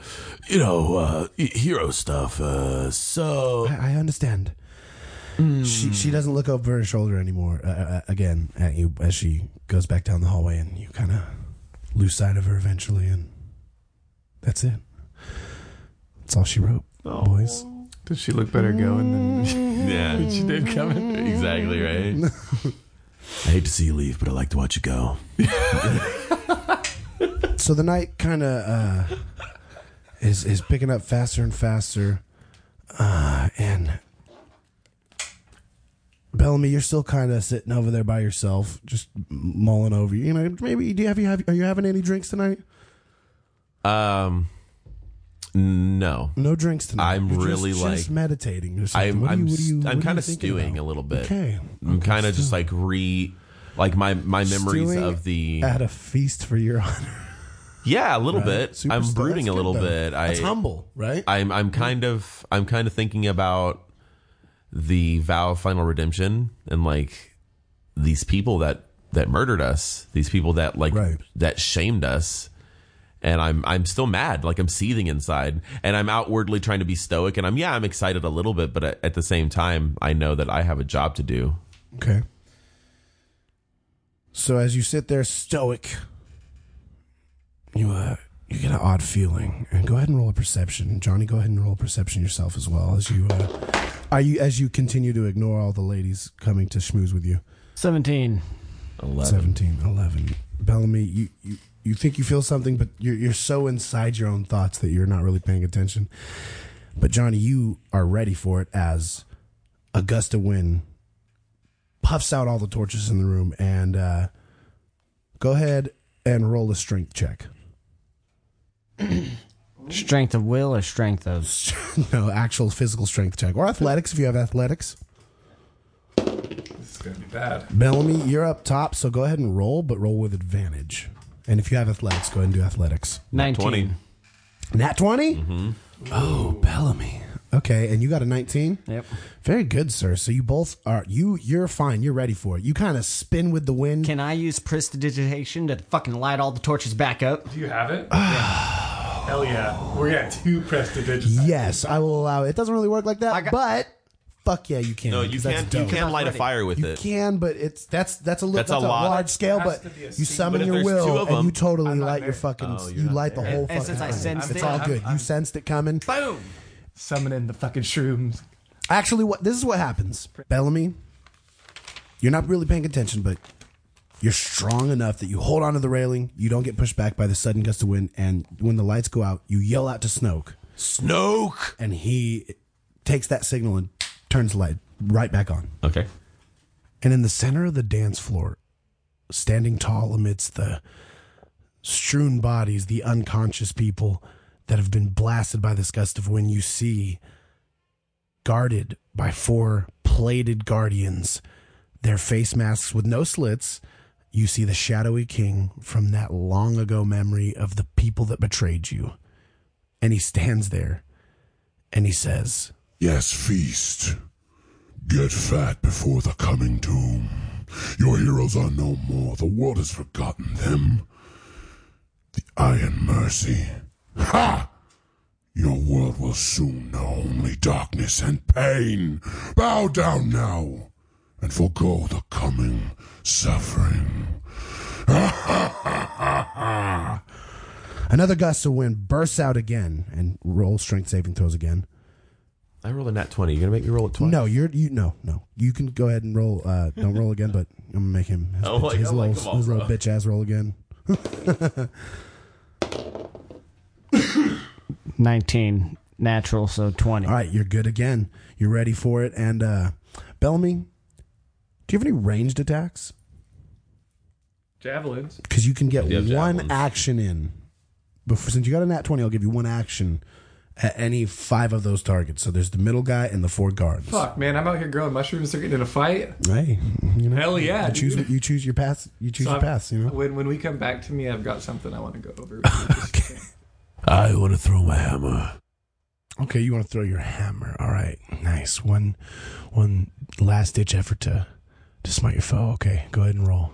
Speaker 6: you know uh, e- hero stuff. Uh, so
Speaker 3: I, I understand. She she doesn't look over her shoulder anymore. Uh, uh, again at you as she goes back down the hallway, and you kind of lose sight of her eventually, and that's it. That's all she wrote, boys.
Speaker 5: Did she look better going than
Speaker 6: yeah,
Speaker 5: she did coming?
Speaker 6: exactly right. I hate to see you leave, but I like to watch you go.
Speaker 3: So the night kind of uh, is is picking up faster and faster, uh, and Bellamy, you're still kind of sitting over there by yourself, just mulling over. You know, maybe do you have you have are you having any drinks tonight?
Speaker 6: Um, No.
Speaker 3: No drinks tonight.
Speaker 6: I'm
Speaker 3: You're just-
Speaker 6: really,
Speaker 3: just,
Speaker 6: like-
Speaker 3: meditating. Or something.
Speaker 6: I'm
Speaker 3: What are you-
Speaker 6: I'm
Speaker 3: what are you-
Speaker 6: st-
Speaker 3: what
Speaker 6: I'm
Speaker 3: are
Speaker 6: kind
Speaker 3: you
Speaker 6: of
Speaker 3: thinking
Speaker 6: stewing
Speaker 3: about?
Speaker 6: a little bit.
Speaker 3: Okay.
Speaker 6: I'm kind of just like re, like my my memories
Speaker 3: Stewing
Speaker 6: of the
Speaker 3: At a feast for your honor.
Speaker 6: yeah a little bit.
Speaker 3: Super
Speaker 6: I'm
Speaker 3: stu-
Speaker 6: brooding
Speaker 3: that's
Speaker 6: a
Speaker 3: good,
Speaker 6: little
Speaker 3: though.
Speaker 6: bit. I
Speaker 3: That's humble, right?
Speaker 6: I'm I'm
Speaker 3: Mm-hmm.
Speaker 6: kind of I'm kind of thinking about the vow of final redemption and like these people that that murdered us, these people that like
Speaker 3: Right.
Speaker 6: that shamed us. And I'm I'm still mad, like I'm seething inside, and I'm outwardly trying to be stoic, and I'm yeah I'm excited a little bit, but at, at the same time I know that I have a job to do.
Speaker 3: Okay. So as you sit there stoic, you uh you get an odd feeling, and go ahead and roll a perception. Johnny, go ahead and roll a perception yourself as well as you uh, are you as you continue to ignore all the ladies coming to schmooze with you.
Speaker 4: 17.
Speaker 3: 17, 11. Bellamy, you, you, you think you feel something, but you're, you're so inside your own thoughts that you're not really paying attention. But Johnny, you are ready for it as Augusta Wynn puffs out all the torches in the room and uh, go ahead and roll a strength check.
Speaker 4: Strength of will or strength of.
Speaker 3: no, actual physical strength check or athletics if you have athletics.
Speaker 5: This is gonna be bad.
Speaker 3: Bellamy, you're up top, so go ahead and roll, but roll with advantage. And if you have athletics, go ahead and do athletics.
Speaker 4: 19.
Speaker 6: 20.
Speaker 3: Nat 20?
Speaker 6: Mm-hmm.
Speaker 3: Oh, Bellamy. Okay, and you got a 19?
Speaker 4: Yep.
Speaker 3: Very good, sir. So you both are you you're fine. You're ready for it. You kind of spin with the wind.
Speaker 4: Can I use prestidigitation to fucking light all the torches back up?
Speaker 5: Do you have it?
Speaker 8: Hell yeah. We're at two prestidigitations.
Speaker 3: yes, I will allow it. It doesn't really work like that,
Speaker 4: I got-
Speaker 3: but fuck yeah, you can.
Speaker 6: No,
Speaker 3: 'cause
Speaker 6: you
Speaker 3: that's
Speaker 6: can't you
Speaker 3: dope.
Speaker 6: can't light a fire with
Speaker 3: You
Speaker 6: it.
Speaker 3: can, but it's that's that's a little
Speaker 6: That's
Speaker 3: that's, a,
Speaker 6: a lot.
Speaker 3: large scale,
Speaker 5: Has
Speaker 3: but
Speaker 5: to be a
Speaker 3: you
Speaker 5: secret.
Speaker 3: summon
Speaker 6: But if
Speaker 3: your
Speaker 6: there's two
Speaker 3: will
Speaker 6: of
Speaker 3: and you
Speaker 6: them-
Speaker 3: totally
Speaker 5: not
Speaker 3: light your
Speaker 5: there.
Speaker 3: fucking
Speaker 6: Oh, you're
Speaker 3: you
Speaker 6: not
Speaker 3: light the
Speaker 6: there.
Speaker 3: whole
Speaker 4: And- and
Speaker 3: fucking
Speaker 4: since I
Speaker 3: thing.
Speaker 4: sensed
Speaker 3: it's
Speaker 4: it,
Speaker 3: all
Speaker 4: I'm-
Speaker 3: good. you sensed it coming.
Speaker 5: Boom! Summoning the fucking shrooms.
Speaker 3: Actually, what this is what happens, Bellamy. You're not really paying attention, but you're strong enough that you hold onto the railing. You don't get pushed back by the sudden gust of wind, and when the lights go out, you yell out to Snoke,
Speaker 6: Snoke.
Speaker 3: and he takes that signal and turns the light right back on.
Speaker 6: Okay.
Speaker 3: And in the center of the dance floor, standing tall amidst the strewn bodies, the unconscious people that have been blasted by this gust of wind, you see, guarded by four plated guardians, their face masks with no slits, you see the shadowy king from that long ago memory of the people that betrayed you. And he stands there and he says,
Speaker 1: Yes, feast. Get fat before the coming doom. Your heroes are no more. The world has forgotten them. The Iron Mercy. Ha! Your world will soon know only darkness and pain. Bow down now and forego the coming suffering.
Speaker 3: Another gust of wind bursts out again and roll strength saving throws again.
Speaker 6: I rolled a nat twenty. You're gonna make me roll it twice.
Speaker 3: No, you're you no no. You can go ahead and roll. Uh, don't roll again, but I'm gonna make him his,
Speaker 6: Oh,
Speaker 3: bitch,
Speaker 6: like-
Speaker 3: his
Speaker 6: oh, like,
Speaker 3: little,
Speaker 6: come on,
Speaker 3: his little
Speaker 6: bro.
Speaker 3: bitch ass roll again.
Speaker 4: 19. Natural, so 20.
Speaker 3: All right, you're good again. You're ready for it. And uh, Bellamy, do you have any ranged attacks?
Speaker 5: Javelins.
Speaker 3: Because you can get
Speaker 6: have
Speaker 3: one
Speaker 6: javelins.
Speaker 3: action in. Before since you got a nat twenty, I'll give you one action at any five of those targets. So there's the middle guy and the four guards.
Speaker 5: Fuck, man, I'm out here growing mushrooms. They're getting in a fight.
Speaker 3: Hey, you know,
Speaker 5: Hell yeah,
Speaker 3: You choose
Speaker 5: dude.
Speaker 3: you choose your path. You choose
Speaker 5: So
Speaker 3: your
Speaker 5: I'm-
Speaker 3: path. You know.
Speaker 5: When when we come back to me, I've got something I want to go over.
Speaker 6: I want to throw my hammer.
Speaker 3: Okay, you want to throw your hammer. All right, nice. One, one last ditch effort to, to smite your foe. Okay, go ahead and roll.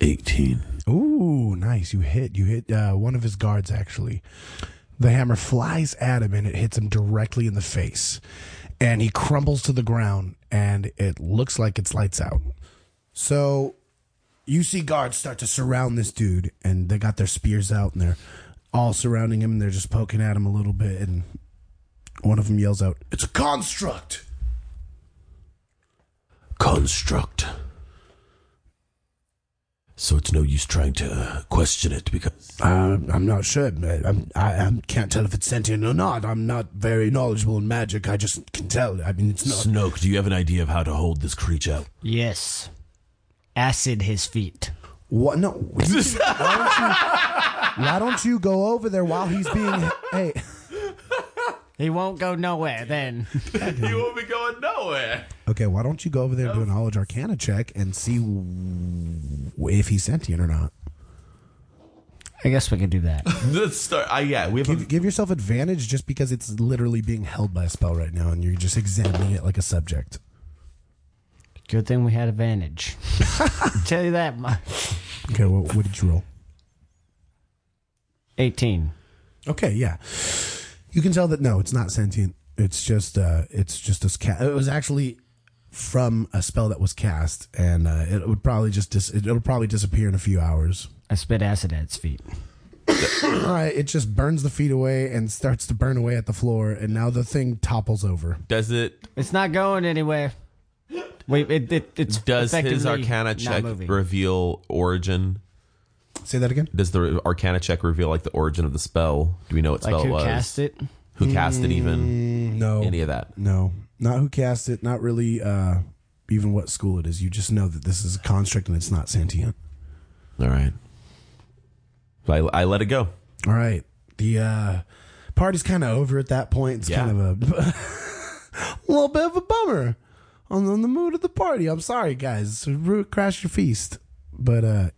Speaker 6: 18.
Speaker 3: Ooh, nice. You hit. You hit uh, one of his guards actually. The hammer flies at him and it hits him directly in the face, and he crumbles to the ground. And it looks like it's lights out. So, you see guards start to surround this dude, and they got their spears out, and they're all surrounding him, and they're just poking at him a little bit. And one of them yells out, "It's a construct!"
Speaker 6: Construct. So it's no use trying to uh, question it because.
Speaker 3: Uh, I'm not sure. I, I'm, I, I can't tell if it's sentient or not. I'm not very knowledgeable in magic. I just can tell. I mean, it's not.
Speaker 6: Snoke, do you have an idea of how to hold this creature?
Speaker 4: Yes. Acid his feet.
Speaker 3: What? No. Why don't, you, why don't you go over there while he's being? Hey,
Speaker 4: He won't go nowhere then.
Speaker 6: you won't be going nowhere.
Speaker 3: okay. Why don't you go over there and do a knowledge arcana check and see w- if he's sentient or not?
Speaker 4: I guess we could do that.
Speaker 6: Let's start. Uh, yeah, we have.
Speaker 3: Give,
Speaker 6: A,
Speaker 3: give yourself advantage just because it's literally being held by a spell right now, and you're just examining it like a subject.
Speaker 4: Good thing we had advantage. Tell you that, my
Speaker 3: Okay. Well, what did you roll?
Speaker 4: 18.
Speaker 3: Okay, yeah. You can tell that no, it's not sentient. It's just uh it's just a ca- it was actually from a spell that was cast and uh, it would probably just dis- it'll probably disappear in a few hours.
Speaker 4: I spit acid at its feet.
Speaker 3: All right, it just burns the feet away and starts to burn away at the floor and now the thing topples over.
Speaker 6: does it?
Speaker 4: It's not going anywhere. Wait, it, it it's
Speaker 6: Does his
Speaker 4: effectively
Speaker 6: Arcana
Speaker 4: not
Speaker 6: check
Speaker 4: moving.
Speaker 6: reveal origin?
Speaker 3: Say that again?
Speaker 6: Does the Arcana check reveal like the origin of the spell? Do we know what
Speaker 4: like
Speaker 6: spell
Speaker 4: who
Speaker 6: it was?
Speaker 4: cast it? Mm.
Speaker 6: Who cast it? Even
Speaker 3: No.
Speaker 6: Mm-hmm. any of that?
Speaker 3: No. Not who cast it, not really uh even what school it is. You just know that this is a construct and it's not sentient.
Speaker 6: All right. So I, I let it go.
Speaker 3: All right. The uh, party's kind of over at that point. It's
Speaker 6: Yeah.
Speaker 3: kind of a, a little bit of a bummer on, on the mood of the party. I'm sorry, guys. Ru- Crash your feast. But uh,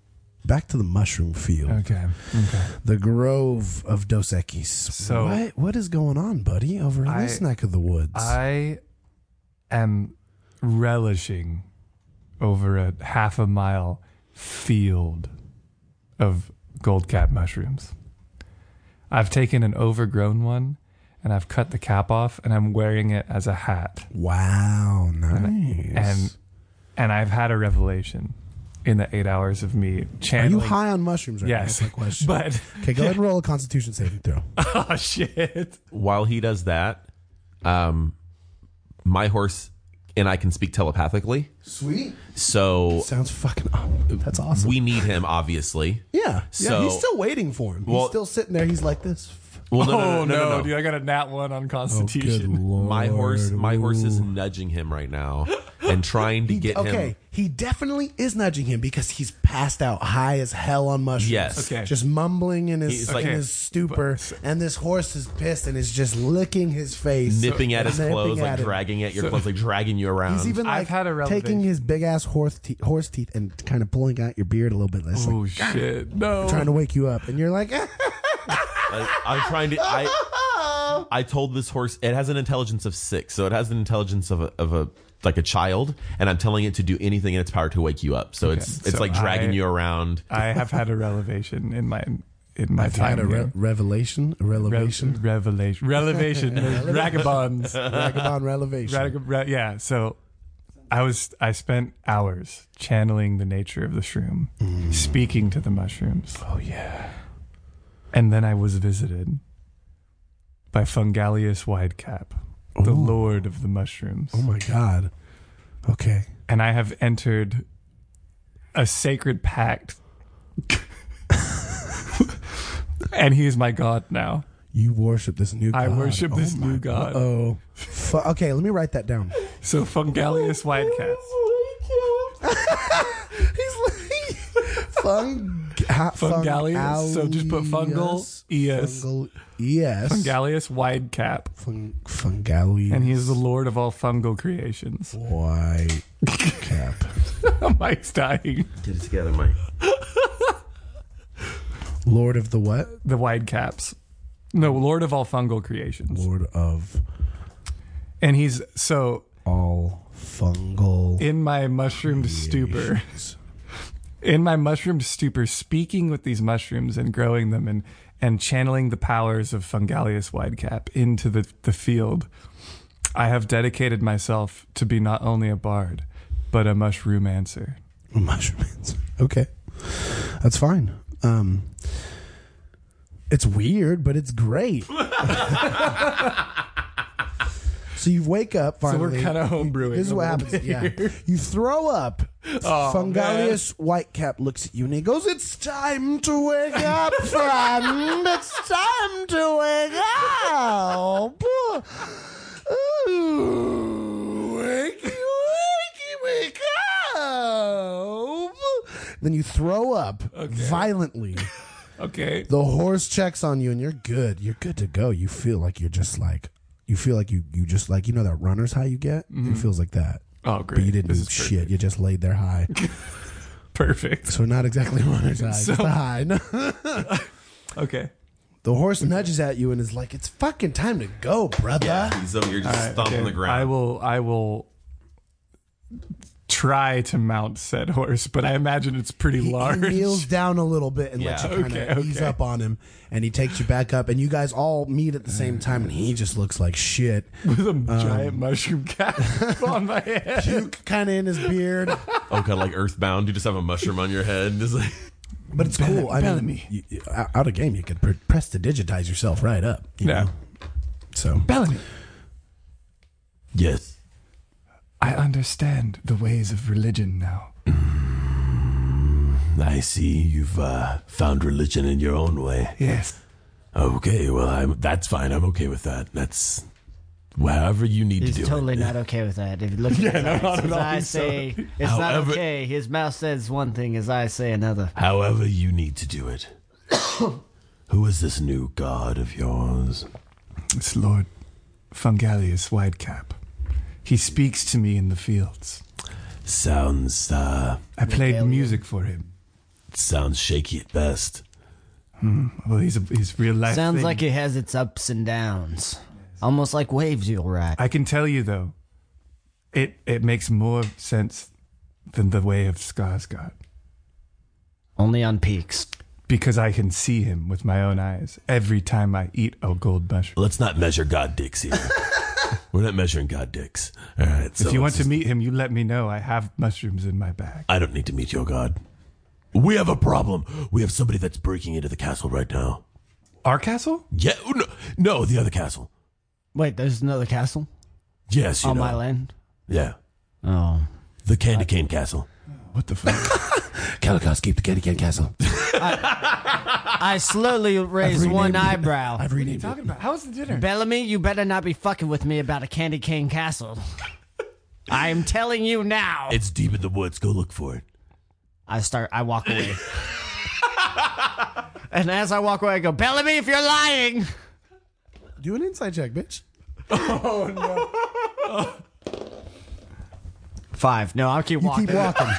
Speaker 3: back to the mushroom field,
Speaker 8: Okay. Okay.
Speaker 3: the grove of Dos Equis.
Speaker 5: So-
Speaker 3: what, what is going on, buddy, over in this
Speaker 5: I-
Speaker 3: neck of the woods?
Speaker 5: I am relishing over a half a mile field of gold cap mushrooms. I've taken an overgrown one and I've cut the cap off and I'm wearing it as a hat.
Speaker 3: wow, nice.
Speaker 5: And and I've had a revelation in the eight hours of me
Speaker 3: Are you
Speaker 5: channeling.
Speaker 3: high on mushrooms right
Speaker 5: Yes.
Speaker 3: now? That's my question.
Speaker 5: But
Speaker 3: okay, go ahead and roll a Constitution saving throw.
Speaker 5: oh shit.
Speaker 6: While he does that, um, my horse and I can speak telepathically.
Speaker 3: Sweet.
Speaker 6: So
Speaker 3: Sounds fucking. That's awesome.
Speaker 6: we need him, obviously.
Speaker 3: Yeah. yeah.
Speaker 6: So-
Speaker 3: He's still waiting for him.
Speaker 6: Well-
Speaker 3: he's still sitting there. He's like this.
Speaker 6: Well, no,
Speaker 5: oh no, dude, I got a nat one
Speaker 3: Oh,
Speaker 5: on Constitution.
Speaker 3: lord.
Speaker 6: My horse, my horse is nudging him right now and trying to get
Speaker 3: okay,
Speaker 6: him.
Speaker 3: he definitely is nudging him because he's passed out high as hell on mushrooms.
Speaker 6: Yes.
Speaker 5: Okay.
Speaker 3: Just mumbling in his,
Speaker 6: He's
Speaker 3: in
Speaker 6: like-
Speaker 3: his stupor. and this horse is pissed and is just licking his face.
Speaker 6: Nipping at his
Speaker 3: Nipping
Speaker 6: clothes,
Speaker 3: at
Speaker 6: like
Speaker 3: him.
Speaker 6: dragging at your clothes, like dragging you around.
Speaker 3: He's even like
Speaker 5: I've had a
Speaker 3: taking his big ass horse, te- horse teeth and kind of pulling out your beard a little bit. It's like
Speaker 5: Oh shit. No.
Speaker 3: trying to wake you up. And you're like,
Speaker 6: Like, I'm trying to. I, I told this horse it has an intelligence of six, so it has an intelligence of a, of a like a child, and I'm telling it to do anything in its power to wake you up. So it's it's
Speaker 5: so
Speaker 6: like dragging
Speaker 5: I-
Speaker 6: you around.
Speaker 5: I have had a revelation in my in my
Speaker 3: I had
Speaker 5: time.
Speaker 3: a re-
Speaker 5: here.
Speaker 3: revelation, a revelation,
Speaker 5: Rev- revelation. Revelation. Ragabonds.
Speaker 3: vagabond revelation.
Speaker 5: Rag- ra- yeah. So I was I spent hours channeling the nature of the shroom, speaking to the mushrooms. Oh yeah. And then I was visited by Fungalius Widecap, the lord of the mushrooms.
Speaker 3: Oh my god. Okay.
Speaker 5: and I have entered a sacred pact. and he is my God now.
Speaker 3: You worship this new god.
Speaker 5: I worship this new god.
Speaker 3: Oh. Fu- okay, let me write that down.
Speaker 5: So Fungalius Whitecat.
Speaker 3: He's like fung ha-
Speaker 5: Fungalius. So just put fungal, E ES.
Speaker 3: Fungal ES.
Speaker 5: Fungalius Widecap.
Speaker 3: Fung- fungalius.
Speaker 5: And he is the lord of all fungal creations.
Speaker 3: white cap.
Speaker 5: Mike's dying.
Speaker 6: Get it together, Mike.
Speaker 3: Lord of the what?
Speaker 5: The Widecaps. No, lord of all fungal creations.
Speaker 3: Lord of
Speaker 5: And he's so
Speaker 3: all fungal.
Speaker 5: in my mushroomed stupor. in my mushroom stupor, speaking with these mushrooms and growing them and and channeling the powers of Fungalius Widecap into the, the field, I have dedicated myself to be not only a bard, but a mushroom answer.
Speaker 3: mushrooms. Okay, that's fine. Um, it's weird, but it's great. so you wake up
Speaker 5: So
Speaker 3: finally.
Speaker 5: we're kind of homebrewing.
Speaker 3: this is
Speaker 5: a
Speaker 3: what
Speaker 5: little
Speaker 3: happens.
Speaker 5: bit
Speaker 3: Yeah,
Speaker 5: here. Oh,
Speaker 3: you throw up. Fungalius Whitecap looks at you and he goes, "It's time to wake up, friend. It's time to wake up." Ooh, wakey, wakey, wake up! Then you throw up violently.
Speaker 5: Okay.
Speaker 3: The horse checks on you, and you're good. You're good to go. You feel like you're just like you feel like you you just like you know that runner's high you get. It feels like that,
Speaker 5: Mm-hmm. Oh,
Speaker 3: but
Speaker 5: great.
Speaker 3: you didn't
Speaker 5: This
Speaker 3: do
Speaker 5: is
Speaker 3: shit. You just laid there high.
Speaker 5: Perfect.
Speaker 3: So not exactly runner's high.
Speaker 5: So-
Speaker 3: just the high.
Speaker 5: Okay.
Speaker 3: the horse nudges at you and is like, "It's fucking time to go, brother."
Speaker 6: He's over here just stomping
Speaker 5: Okay.
Speaker 6: the ground.
Speaker 5: I will. I will try to mount said horse, but I imagine it's pretty
Speaker 3: He-
Speaker 5: large.
Speaker 3: He kneels down a little bit and lets you
Speaker 6: Yeah.
Speaker 3: kind of
Speaker 5: Okay,
Speaker 3: ease
Speaker 5: okay.
Speaker 3: up on him, and he takes you back up, and you guys all meet at the same
Speaker 5: Uh.
Speaker 3: time, and he just looks like shit.
Speaker 5: with a giant mushroom cap on my head.
Speaker 3: Puke kind of in his beard,
Speaker 6: Oh god, like Earthbound, you just have a mushroom on your head. Just like,
Speaker 3: but it's cool. I mean,
Speaker 5: Bellamy.
Speaker 3: you, you- out of game, you could pre- press to digitize yourself right up. you
Speaker 5: No.
Speaker 3: know? So
Speaker 5: Bellamy,
Speaker 6: yes,
Speaker 5: I understand the ways of religion now.
Speaker 6: I see you've uh, found religion in your own way.
Speaker 5: Yes.
Speaker 6: Okay, well, I'm, that's fine. I'm okay with that. That's however you need
Speaker 4: He's
Speaker 6: to do
Speaker 4: totally
Speaker 6: it.
Speaker 4: not okay with that. If you look at his eyes, his eyes say it's
Speaker 6: However-
Speaker 4: not okay. His mouth says one thing, his eyes say another.
Speaker 6: However you need to do it. Who is this new god of yours?
Speaker 5: It's Lord Fungalius Whitecap. He speaks to me in the fields.
Speaker 6: Sounds uh,
Speaker 5: I played music for him.
Speaker 6: sounds shaky at best.
Speaker 5: Well, he's a he's real life.
Speaker 4: Sounds
Speaker 5: thing.
Speaker 4: like it has its ups and downs, almost like waves you'll ride.
Speaker 5: I can tell you though, it it makes more sense than the way of Skarsgård
Speaker 4: Only on peaks.
Speaker 5: because I can see him with my own eyes every time I eat a gold mushroom.
Speaker 6: Let's not measure god dicks here. We're not measuring god dicks. All right. So
Speaker 5: if you want
Speaker 6: let's
Speaker 5: to
Speaker 6: just-
Speaker 5: meet him, you let me know. I have mushrooms in my bag.
Speaker 6: I don't need to meet your god. We have a problem. We have somebody that's breaking into the castle right now.
Speaker 5: Our castle?
Speaker 6: Yeah, oh, no, no, the other castle.
Speaker 4: Wait, there's another castle
Speaker 6: Yes, you
Speaker 4: on
Speaker 6: know.
Speaker 4: my land.
Speaker 6: Yeah,
Speaker 4: Oh,
Speaker 6: the candy cane castle.
Speaker 5: What the fuck?
Speaker 3: Calicos, keep the candy can castle.
Speaker 4: I slowly raise one eyebrow.
Speaker 3: I've renamed it.
Speaker 5: about? How's the dinner?
Speaker 4: Bellamy, you better not be fucking with me about a candy cane castle. I am telling you now.
Speaker 6: It's deep in the woods. Go look for it.
Speaker 4: I start. I walk away. and as I walk away, I go, Bellamy, if you're lying.
Speaker 3: Do an inside check, bitch.
Speaker 4: Five. No, I'll keep
Speaker 3: You
Speaker 4: walking. Uh,
Speaker 3: keep walking.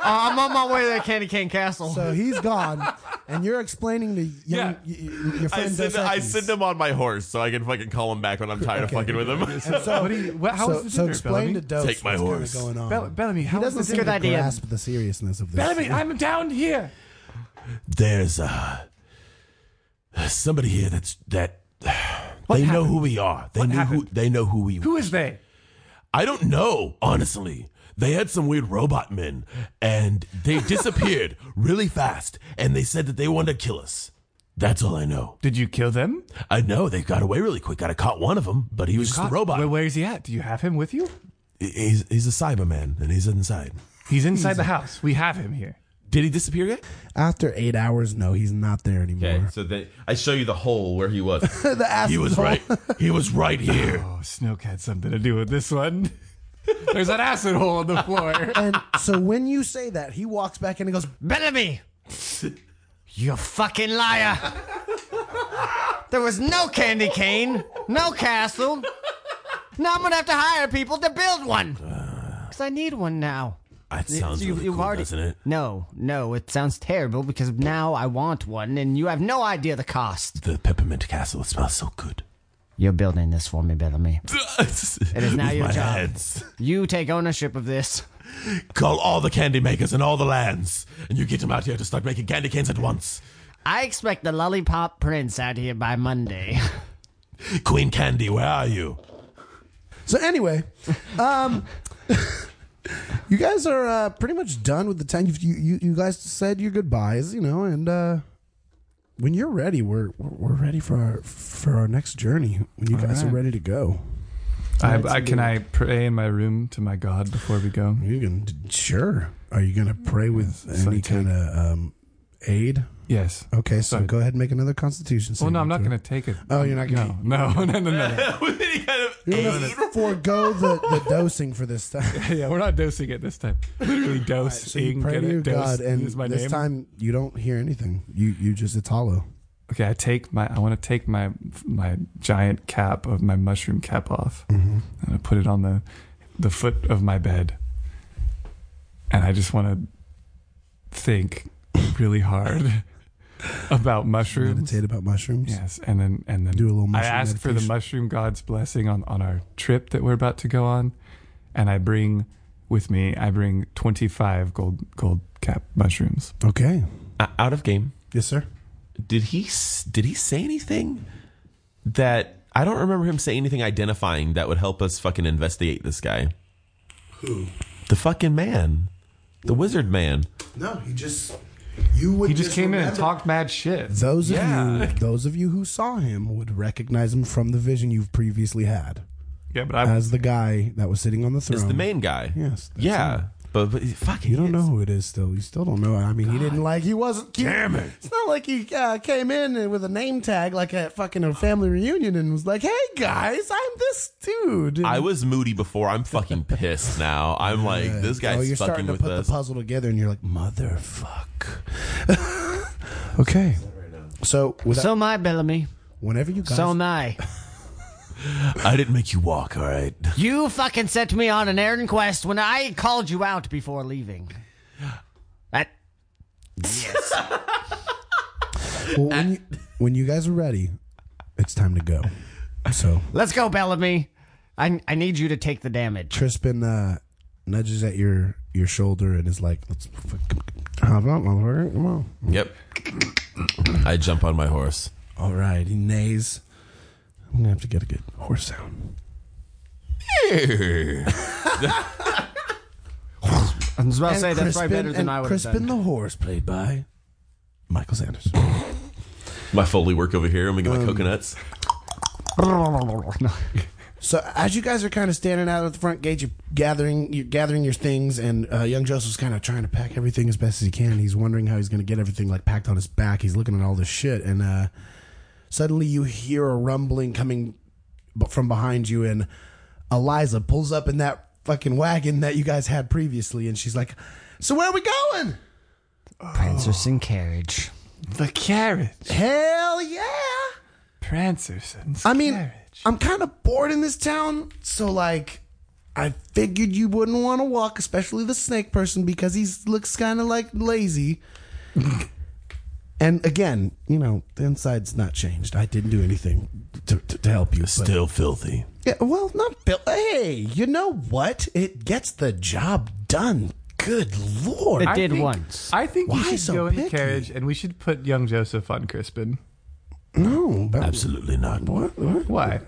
Speaker 4: I'm on my way to the candy cane castle.
Speaker 3: so he's gone, and you're explaining to young,
Speaker 6: Yeah.
Speaker 3: y- y- your friend. Dos Equis.
Speaker 6: him on my horse so I can fucking call him back when I'm tired of fucking with him.
Speaker 3: And so,
Speaker 5: What do you- what- how
Speaker 3: so,
Speaker 5: was the
Speaker 3: so
Speaker 5: dinner,
Speaker 3: explain
Speaker 5: Bellamy?
Speaker 3: to Dose
Speaker 6: Take my
Speaker 3: what's kinda
Speaker 6: horse.
Speaker 3: going on.
Speaker 5: Bell- Bellamy,
Speaker 3: he
Speaker 5: how was
Speaker 3: doesn't
Speaker 5: the
Speaker 3: seem
Speaker 5: dinner?
Speaker 4: Good
Speaker 3: to
Speaker 4: idea.
Speaker 3: grasp the seriousness of this.
Speaker 5: Bellamy, I'm down here.
Speaker 6: There's uh somebody here that's that. they know who we are. They
Speaker 5: What
Speaker 6: knew
Speaker 5: happened?
Speaker 6: who they know who we.
Speaker 5: Who is they?
Speaker 6: I don't know, honestly. They had some weird robot men, and they disappeared really fast. And they said that they wanted to kill us. That's all I know.
Speaker 5: Did you kill them?
Speaker 6: I know they got away really quick. I caught one of them, but he was just a robot.
Speaker 5: Where, where is he at? Do you have him with you?
Speaker 6: He's he's a Cyberman, and he's inside.
Speaker 5: He's inside the house. We have him here.
Speaker 6: Did he disappear yet?
Speaker 3: After eight hours, no, he's not there anymore.
Speaker 6: so they, I show you the hole where he was.
Speaker 3: the ass
Speaker 6: he was
Speaker 4: Oh.
Speaker 3: hole.
Speaker 6: right. He was right here.
Speaker 5: Oh, Snoke had something to do with this one. There's an acid hole on the floor.
Speaker 3: And so when you say that, he walks back in and goes,
Speaker 4: Bellamy, you fucking liar. There was no candy cane, no castle. Now I'm gonna have to hire people to build one.
Speaker 3: Uh.
Speaker 4: Because I need one now.
Speaker 6: That sounds
Speaker 4: You-
Speaker 6: really
Speaker 4: you've
Speaker 6: cool,
Speaker 4: already-
Speaker 6: doesn't it?
Speaker 4: No, no, it sounds terrible because now I want one and you have no idea the cost.
Speaker 6: The peppermint castle smells so good.
Speaker 4: You're building this for me, Bellamy.
Speaker 6: it
Speaker 4: is now your
Speaker 6: my
Speaker 4: job.
Speaker 6: hands.
Speaker 4: You take ownership of this.
Speaker 6: Call all the candy makers in all the lands, and you get them out here to start making candy canes at once.
Speaker 4: I expect the lollipop prince out here by Monday.
Speaker 6: Queen Candy, where are you?
Speaker 3: So anyway, um, you guys are uh, pretty much done with the time. You you you guys said your goodbyes, you know, and uh, when you're ready, we're we're we're ready for our for our next journey. When you guys are ready to go,
Speaker 5: I, I, can I pray in my room to my God before we go?
Speaker 3: you can sure. Are you gonna pray with any
Speaker 5: like
Speaker 3: kind of um, aid.
Speaker 5: Yes.
Speaker 3: Okay, so
Speaker 5: Sorry.
Speaker 3: go ahead and make another Constitution.
Speaker 5: Well, no, I'm not
Speaker 3: saving
Speaker 5: going to take it.
Speaker 3: Oh, you're not gonna-
Speaker 5: No, no, no, no, no. no.
Speaker 6: With any kind of
Speaker 3: throw. You're gonna forego the, the dosing for this time.
Speaker 5: yeah, we're not dosing it this time. Literally dosing.
Speaker 3: So you pray
Speaker 5: get
Speaker 3: to
Speaker 5: it?
Speaker 3: your
Speaker 5: Dose
Speaker 3: God, and
Speaker 5: is my
Speaker 3: this
Speaker 5: name.
Speaker 3: time you don't hear anything. You you just it's hollow.
Speaker 5: Okay, I take my. I want to take my my giant cap of my mushroom cap off,
Speaker 3: Mm-hmm.
Speaker 5: and I put it on the the foot of my bed, and I just want to think really hard about mushrooms.
Speaker 3: Meditate about mushrooms.
Speaker 5: Yes, and then and then
Speaker 3: Do a little
Speaker 5: I
Speaker 3: mushroom
Speaker 5: ask for the
Speaker 3: meditation.
Speaker 5: mushroom god's blessing on on our trip that we're about to go on, and I bring with me. I bring twenty five gold gold cap mushrooms.
Speaker 3: Okay.
Speaker 6: uh, out of game.
Speaker 3: Yes, sir.
Speaker 6: Did he s- did he say anything that I don't remember him saying anything identifying that would help us fucking investigate this guy?
Speaker 7: Who?
Speaker 6: The fucking man, the wizard man.
Speaker 7: No, he just you would.
Speaker 5: He just, came in and
Speaker 7: remember-
Speaker 5: talked mad shit.
Speaker 3: Those
Speaker 5: Yeah.
Speaker 3: of you those of you who saw him would recognize him from the vision you've previously had
Speaker 5: Yeah, but I
Speaker 3: as the guy that was sitting on the throne.
Speaker 6: It's the main guy.
Speaker 3: Yes, that's
Speaker 6: Yeah.
Speaker 3: him.
Speaker 6: But, but fuck,
Speaker 3: You don't know who it is still. You still don't know. I mean, he didn't like. He wasn't. He,
Speaker 6: Damn it.
Speaker 3: It's not like he uh, came in with a name tag like a fucking a family reunion and was like, "Hey guys, I'm this dude."
Speaker 6: I was moody before. I'm fucking pissed now. I'm like, this guy's
Speaker 3: oh, you're
Speaker 6: fucking
Speaker 3: starting to
Speaker 6: with
Speaker 3: put
Speaker 6: us.
Speaker 3: the puzzle together, and you're like, "Motherfuck." okay. So, without,
Speaker 4: So am I, Bellamy.
Speaker 3: whenever you guys,
Speaker 4: So am I.
Speaker 6: I didn't make you walk, all right?
Speaker 4: You fucking sent me on an errand quest when I called you out before leaving. That.
Speaker 3: well, when, you, when you guys are ready, it's time to go. So
Speaker 4: Let's go, Bellamy. I, I need you to take the damage.
Speaker 3: Crispin uh, nudges at your your shoulder and is like, "Let's fucking hop out, motherfucker! Come on."
Speaker 6: Yep. I jump on my horse.
Speaker 3: All right, he neighs. I'm gonna have to get a good horse sound.
Speaker 4: I was about to say that's probably better than
Speaker 3: and
Speaker 4: I would have
Speaker 3: Crispin
Speaker 4: done.
Speaker 3: the horse, played by Michael Sanders.
Speaker 6: My Foley work over here. I'm gonna get
Speaker 3: Um,
Speaker 6: my coconuts.
Speaker 3: so as you guys are kind of standing out at the front gate, you're gathering, you're gathering your things, and uh, young Joseph's kind of trying to pack everything as best as he can. And he's wondering how he's gonna get everything like packed on his back. He's looking at all this shit, and uh, suddenly you hear a rumbling coming b- from behind you, and Eliza pulls up in that fucking wagon that you guys had previously, and she's like, "So where are we going?"
Speaker 4: Prancers in carriage.
Speaker 5: the carriage.
Speaker 3: Hell yeah!
Speaker 5: Prancers and
Speaker 3: I mean,
Speaker 5: carriage.
Speaker 3: I'm kind of bored in this town, so like, I figured you wouldn't want to walk, especially the snake person, because he looks kind of like lazy. and again, you know, the inside's not changed. I didn't do anything to, to, to help you. but-
Speaker 6: Still filthy.
Speaker 3: yeah, well, not Bill. uh, Hey, you know what? It gets the job done. Good lord!
Speaker 4: It did once.
Speaker 5: I think
Speaker 3: Why
Speaker 5: we should
Speaker 3: so
Speaker 5: go in the
Speaker 3: picky?
Speaker 5: carriage and we should put young Joseph on Crispin.
Speaker 3: no, but
Speaker 6: Absolutely not.
Speaker 3: what? What?
Speaker 5: Why?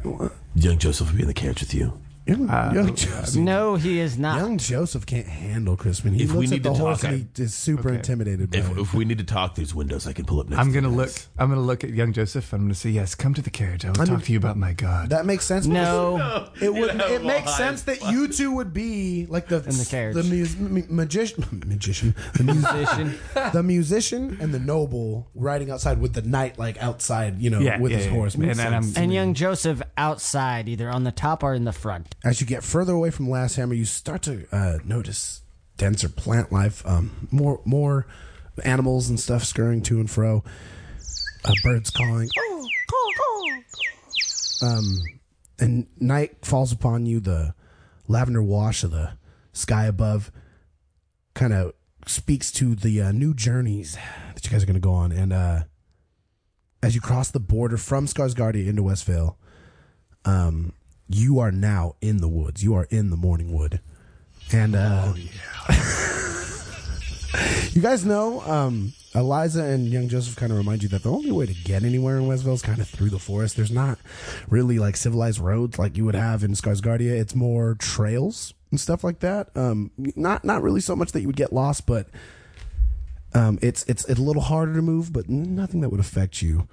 Speaker 6: Young Joseph will be in the carriage with you.
Speaker 3: Young,
Speaker 6: Uh,
Speaker 3: young Joseph.
Speaker 4: No, he is not.
Speaker 3: Young Joseph can't handle Crispin. He
Speaker 6: If we
Speaker 3: looks
Speaker 6: need
Speaker 3: at the
Speaker 6: to talk,
Speaker 3: horse
Speaker 6: I-
Speaker 3: and he is super intimidated. By
Speaker 6: If,
Speaker 3: it.
Speaker 6: if we need to talk, there's windows I can pull up next.
Speaker 5: I'm
Speaker 6: to
Speaker 5: gonna
Speaker 6: you
Speaker 5: look.
Speaker 6: guys.
Speaker 5: I'm gonna look at young Joseph. I'm gonna say yes. Come to the carriage. I will talk to you about my God.
Speaker 3: that makes sense.
Speaker 4: No.
Speaker 3: it would.
Speaker 6: have
Speaker 3: It
Speaker 6: him
Speaker 3: makes
Speaker 6: all
Speaker 3: sense that you two would be like the
Speaker 4: the carriage.
Speaker 3: the mus- mu- magician, magician, the musician, the musician, and the noble riding outside with the knight like outside, you know,
Speaker 5: Yeah,
Speaker 3: with
Speaker 5: yeah,
Speaker 3: his
Speaker 5: yeah.
Speaker 3: horse. Makes
Speaker 5: And then
Speaker 3: sense.
Speaker 5: I'm-
Speaker 4: And young Joseph outside, either on the top or in the front.
Speaker 3: As you get further away from Last Hammer, you start to uh, notice denser plant life, um, more more animals and stuff scurrying to and fro, uh, birds calling. Um, and night falls upon you. The lavender wash of the sky above kind of speaks to the uh, new journeys that you guys are going to go on. And uh, as you cross the border from Skarsgård into Westvale, um, you are now in the woods. You are in the morning wood. And uh, you guys know um, Eliza and young Joseph kind of remind you that the only way to get anywhere in Westvale is kind of through the forest. There's not really like civilized roads like you would have in Skarsgardia. It's more trails and stuff like that. Um, not not really so much that you would get lost, but um, it's it's a little harder to move, but nothing that would affect you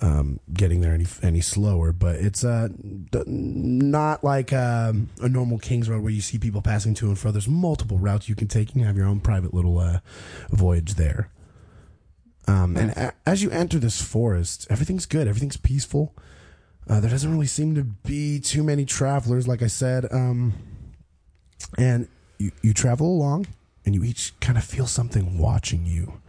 Speaker 3: um, getting there any any slower. But it's uh, d- not like um, a normal King's Road where you see people passing to and fro. There's multiple routes you can take. You can have your own private little uh, voyage there. Um, and a- as you enter this forest, everything's good. Everything's peaceful. Uh, there doesn't really seem to be too many travelers, like I said. Um, and you, you travel along, and you each kind of feel something watching you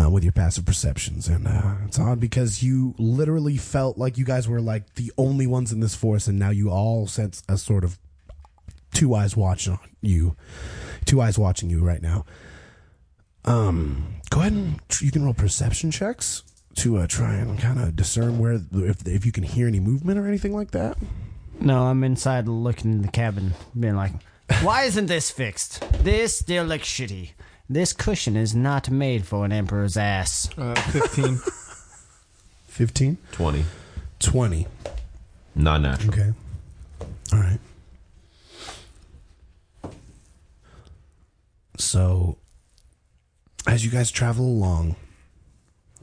Speaker 3: uh, with your passive perceptions. And uh, it's odd because you literally felt like you guys were like the only ones in this forest, and now you all sense a sort of two eyes watching on you, two eyes watching you right now. Um, go ahead and tr- you can roll perception checks to uh, try and kind of discern where if if you can hear any movement or anything like that.
Speaker 4: No, I'm inside looking in the cabin, being like, why isn't this fixed? This still looks shitty. This cushion is not made for an emperor's ass.
Speaker 5: Uh, 15.
Speaker 3: 15?
Speaker 6: 20.
Speaker 3: 20.
Speaker 6: Not natural.
Speaker 3: Okay. All right. So, as you guys travel along,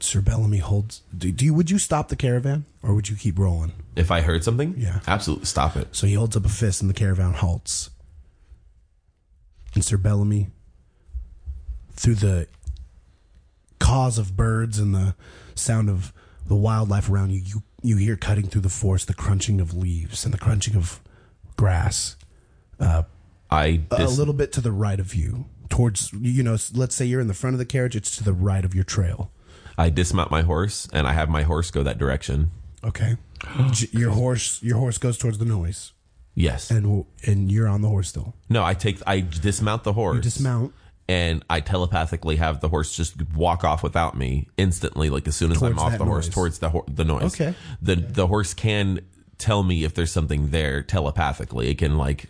Speaker 3: Sir Bellamy holds. Do, do you would you stop the caravan or would you keep rolling?
Speaker 6: If I heard something,
Speaker 3: Yeah.
Speaker 6: absolutely stop it.
Speaker 3: So he holds up a fist and the caravan halts. And Sir Bellamy, through the cause of birds and the sound of the wildlife around you, you, you hear cutting through the forest the crunching of leaves and the crunching of grass.
Speaker 6: I
Speaker 3: A-
Speaker 6: dis-
Speaker 3: a little bit to the right of you, towards, you know, s- let's say you're in the front of the carriage, it's to the right of your trail.
Speaker 6: I dismount my horse and I have my horse go that direction.
Speaker 3: Okay. J- your horse your horse goes towards the noise
Speaker 6: Yes.
Speaker 3: and w- and you're on the horse still.
Speaker 6: No, I take I dismount the horse.
Speaker 3: You dismount
Speaker 6: and I telepathically have the horse just walk off without me instantly, like as soon as
Speaker 3: Towards
Speaker 6: I'm off
Speaker 3: that
Speaker 6: the horse,
Speaker 3: noise.
Speaker 6: towards the ho- the noise.
Speaker 3: Okay.
Speaker 6: The the horse can tell me if there's something there telepathically. It can like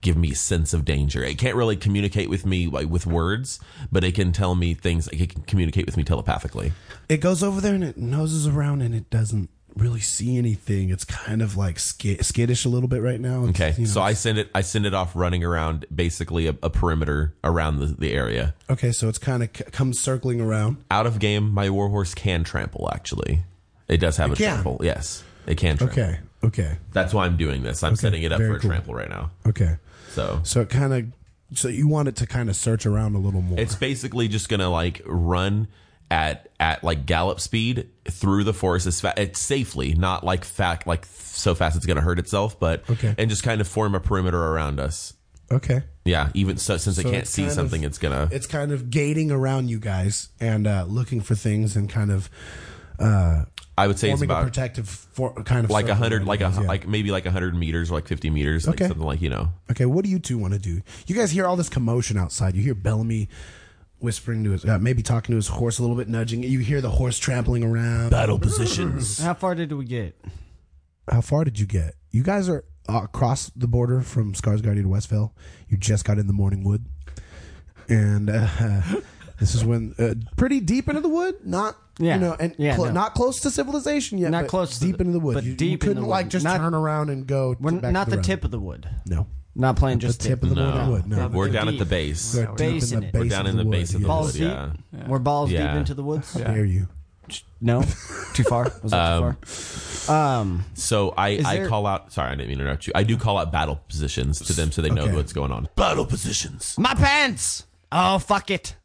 Speaker 6: give me a sense of danger. It can't really communicate with me like with words, but it can tell me things. It can communicate with me telepathically.
Speaker 3: it goes over there and it noses around and it doesn't really see anything. It's kind of like skid- skittish a little bit right now. It's,
Speaker 6: Okay.
Speaker 3: you know,
Speaker 6: So I send it. I send it off running around basically a, a perimeter around the, the area.
Speaker 3: okay, so it's kind of c- comes circling around.
Speaker 6: Out of game, my warhorse can trample. Actually, it does have a
Speaker 3: can.
Speaker 6: trample. Yes, it can. Trample.
Speaker 3: Okay, okay,
Speaker 6: That's why I'm doing this. I'm setting it up
Speaker 3: very
Speaker 6: for a
Speaker 3: cool.
Speaker 6: trample right now.
Speaker 3: okay.
Speaker 6: So
Speaker 3: So it kind of so you want it to kind of search around a little more.
Speaker 6: it's basically just gonna like run at at like gallop speed through the forest as fa- it's safely, not like fact like so fast it's gonna hurt itself, but
Speaker 3: Okay.
Speaker 6: and just kind of form a perimeter around us.
Speaker 3: okay,
Speaker 6: Yeah, even so, since it
Speaker 3: So
Speaker 6: can't
Speaker 3: it's
Speaker 6: see
Speaker 3: kind of-
Speaker 6: something, it's gonna.
Speaker 3: it's kind of gating around you guys and uh, looking for things and kind of
Speaker 6: I would say it's
Speaker 3: forming a
Speaker 6: about
Speaker 3: protective for, kind of
Speaker 6: like a
Speaker 3: circle
Speaker 6: hundred,
Speaker 3: around
Speaker 6: like
Speaker 3: you
Speaker 6: a
Speaker 3: guys, yeah.
Speaker 6: like maybe like a hundred meters or like fifty meters, like
Speaker 3: Okay.
Speaker 6: something like you know.
Speaker 3: Okay, what do you two want to do? You guys hear all this commotion outside. You hear Bellamy whispering to his, uh, maybe talking to his horse a little bit, nudging. it. You hear the horse trampling around.
Speaker 6: Battle positions.
Speaker 4: How far did we get?
Speaker 3: How far did you get? You guys are uh, across the border from Skarsgård to Westvale. You just got in the morning wood, and uh, this is when uh, pretty deep into the wood. Not.
Speaker 4: Yeah.
Speaker 3: You know, and
Speaker 4: Yeah,
Speaker 3: cl-
Speaker 4: no.
Speaker 3: not close to civilization yet.
Speaker 4: Not
Speaker 3: but
Speaker 4: close to
Speaker 3: deep
Speaker 4: the-
Speaker 3: into the wood.
Speaker 4: but
Speaker 3: you, you
Speaker 4: deep in
Speaker 3: couldn't
Speaker 4: the wood.
Speaker 3: like just
Speaker 4: Not-
Speaker 3: turn around and go.
Speaker 4: We're
Speaker 3: back
Speaker 4: not
Speaker 3: to
Speaker 4: the,
Speaker 3: road.
Speaker 4: tip of the wood.
Speaker 3: No,
Speaker 4: Not playing
Speaker 3: the
Speaker 4: just
Speaker 3: tip of the morning wood. No,
Speaker 6: We're down at
Speaker 4: deep.
Speaker 6: the base.
Speaker 3: Go deep
Speaker 4: base
Speaker 3: in
Speaker 4: in
Speaker 3: the
Speaker 4: it.
Speaker 3: base
Speaker 6: We're down
Speaker 3: of
Speaker 6: in the
Speaker 3: wood,
Speaker 6: base of the
Speaker 3: yes.
Speaker 4: Balls
Speaker 6: wood.
Speaker 4: deep?
Speaker 6: Yeah.
Speaker 4: We're balls
Speaker 6: Yeah.
Speaker 4: deep into the woods.
Speaker 3: How dare you?
Speaker 4: No, too far. Was that too far? Um,
Speaker 6: So I, I
Speaker 4: there-
Speaker 6: call out. Sorry, I didn't mean to interrupt you. I do call out battle positions to them so they know
Speaker 3: Okay.
Speaker 6: what's going on. Battle positions.
Speaker 4: my pants. Oh fuck it!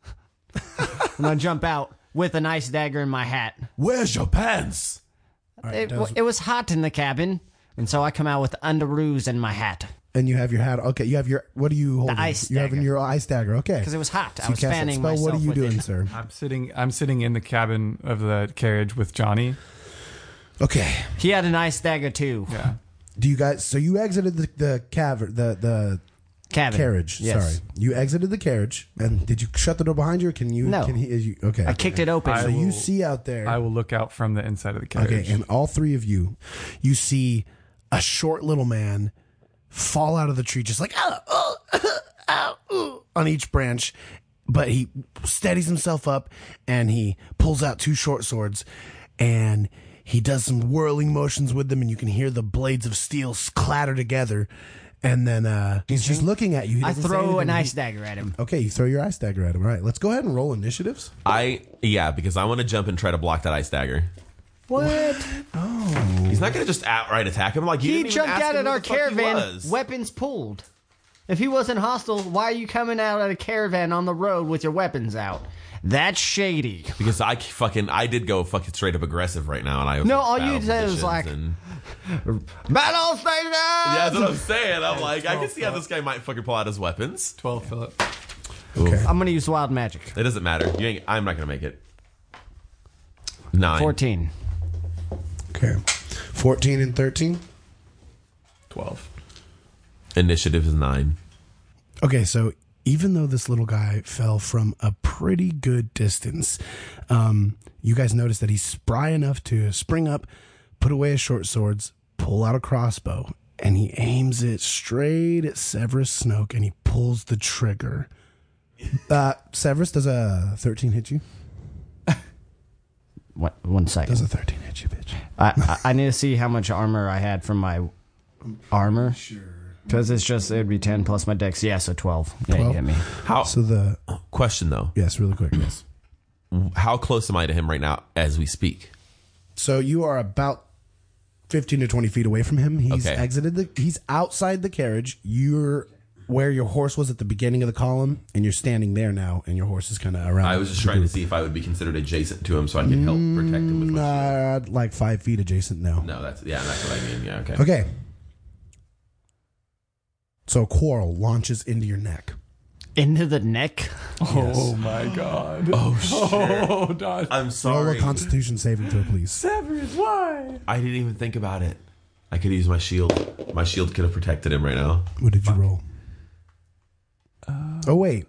Speaker 4: I'm gonna jump out with an ice dagger in my hat.
Speaker 6: Where's your pants?
Speaker 4: It, it was hot in the cabin, and so I come out with underoos in my hat
Speaker 3: And you have your hat. Okay, you have your. What are you holding?
Speaker 4: ice
Speaker 3: you having
Speaker 4: dagger.
Speaker 3: your ice dagger. Okay,
Speaker 4: because it was hot. I
Speaker 3: You
Speaker 4: was
Speaker 3: cast that
Speaker 4: fanning
Speaker 3: spell.
Speaker 4: myself.
Speaker 3: What are you
Speaker 4: with
Speaker 3: doing,
Speaker 4: it.
Speaker 3: sir?
Speaker 5: I'm sitting. I'm sitting in the cabin of the carriage with Johnny.
Speaker 3: Okay.
Speaker 4: He had an ice dagger too.
Speaker 5: Yeah.
Speaker 3: Do you guys? So you exited the the cavern, the the
Speaker 4: Cabin
Speaker 3: carriage.
Speaker 4: Yes.
Speaker 3: Sorry, you exited the carriage, and did you shut the door behind you? Or can you?
Speaker 4: No.
Speaker 3: Can he? Is you, okay.
Speaker 4: I kicked it open.
Speaker 5: I
Speaker 3: So you see out there.
Speaker 5: I will look out from the inside of the carriage.
Speaker 3: okay, and all three of you, you see a short little man fall out of the tree, just like "Ah, oh, ah, ooh," on each branch. But he steadies himself up and he pulls out two short swords and he does some whirling motions with them, and you can hear the blades of steel s- clatter together. And then uh, he's just looking at you. He
Speaker 4: I
Speaker 3: doesn't say
Speaker 4: throw
Speaker 3: anything.
Speaker 4: an
Speaker 3: He-
Speaker 4: ice dagger at him.
Speaker 3: Okay, you throw your ice dagger at him. All right, let's go ahead and roll initiatives.
Speaker 6: I yeah because I want to jump and try to block that ice dagger.
Speaker 4: What?
Speaker 6: He's not gonna just outright attack him. Like you
Speaker 4: He
Speaker 6: didn't even
Speaker 4: jumped
Speaker 6: ask
Speaker 4: out
Speaker 6: him
Speaker 4: at
Speaker 6: who
Speaker 4: our
Speaker 6: the fuck he
Speaker 4: caravan,
Speaker 6: was.
Speaker 4: weapons pulled.
Speaker 9: If he wasn't hostile, why are you coming out at a caravan on the road with your weapons out? That's shady.
Speaker 6: Because I fucking I did go fucking straight up aggressive right now, and I
Speaker 9: No, all you
Speaker 6: battle
Speaker 9: said was
Speaker 6: positions
Speaker 9: like-
Speaker 6: and-
Speaker 9: Battle station!
Speaker 6: yeah, that's what I'm saying. I'm like, I can see how this guy might fucking pull out his weapons.
Speaker 5: 12, Philip.
Speaker 9: I'm gonna use wild magic.
Speaker 6: It doesn't matter. You ain't, I'm not gonna make it. Nine.
Speaker 9: 14.
Speaker 3: Okay. 14 and 13.
Speaker 5: 12.
Speaker 6: Initiative is nine.
Speaker 3: Okay, so even though this little guy fell from a pretty good distance, um, you guys notice that he's spry enough to spring up, put away his short swords, pull out a crossbow, and he aims it straight at Severus Snoke and he pulls the trigger. Uh, Severus, does a 13 hit you?
Speaker 4: What? One
Speaker 3: Does
Speaker 4: second.
Speaker 3: a 13 hit you, bitch?
Speaker 9: I, I I need to see how much armor I had from my armor. Sure. Because it's just, it'd be 10 plus my dex. Yeah, so 12. Yeah, you
Speaker 3: 12?
Speaker 9: hit me.
Speaker 6: How?
Speaker 3: So the.
Speaker 6: question though.
Speaker 3: Yes, really quick, yes.
Speaker 6: How close am I to him right now as we speak?
Speaker 3: So you are about fifteen to twenty feet away from him. He's
Speaker 6: Okay.
Speaker 3: exited the. He's outside the carriage. You're where your horse was at the beginning of the column, and you're standing there now, and your horse is kind of around.
Speaker 6: I was just trying to see if I would be considered adjacent to him, so I could help
Speaker 3: Mm,
Speaker 6: protect him with my.
Speaker 3: uh, like five feet adjacent now.
Speaker 6: No, that's yeah, that's what I mean. Yeah, okay.
Speaker 3: Okay. So a quarrel launches into your neck.
Speaker 4: Into the neck.
Speaker 5: Oh my god. Oh shit. Oh dodge.
Speaker 6: I'm
Speaker 3: Roll
Speaker 6: sorry.
Speaker 3: a Constitution saving throw, please.
Speaker 5: Severus, why?
Speaker 6: I didn't even think about it. I could use my shield. My shield could have protected him right now.
Speaker 3: What did you roll? oh wait,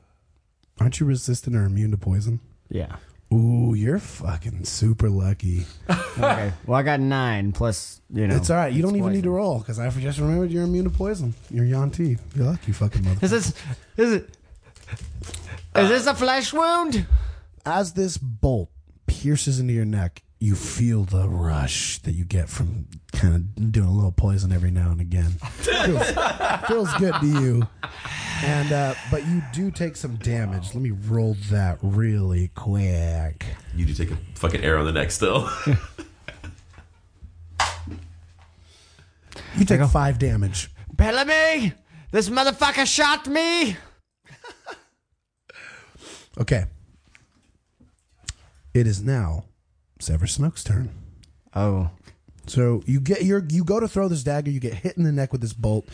Speaker 3: aren't you resistant or immune to poison?
Speaker 9: Yeah.
Speaker 3: Ooh, you're fucking super lucky.
Speaker 9: Okay. well, I got nine plus, you know.
Speaker 3: It's all right. You don't even need to
Speaker 9: poison.
Speaker 3: roll because I just remembered you're immune to poison. You're Yanti. You're lucky, fucking mother.
Speaker 9: Is this, is it, is this a flesh wound?
Speaker 3: As this bolt pierces into your neck, you feel the rush that you get from kind of doing a little poison every now and again. feels, feels good to you. And uh, but you do take some damage. Let me roll that really quick.
Speaker 6: You do take a fucking arrow on the neck still.
Speaker 3: You take five damage.
Speaker 9: Bellamy, this motherfucker shot me.
Speaker 3: Okay. It is now Severus Snoke's turn.
Speaker 9: Oh,
Speaker 3: So you get your you go to throw this dagger, you get hit in the neck with this bolt.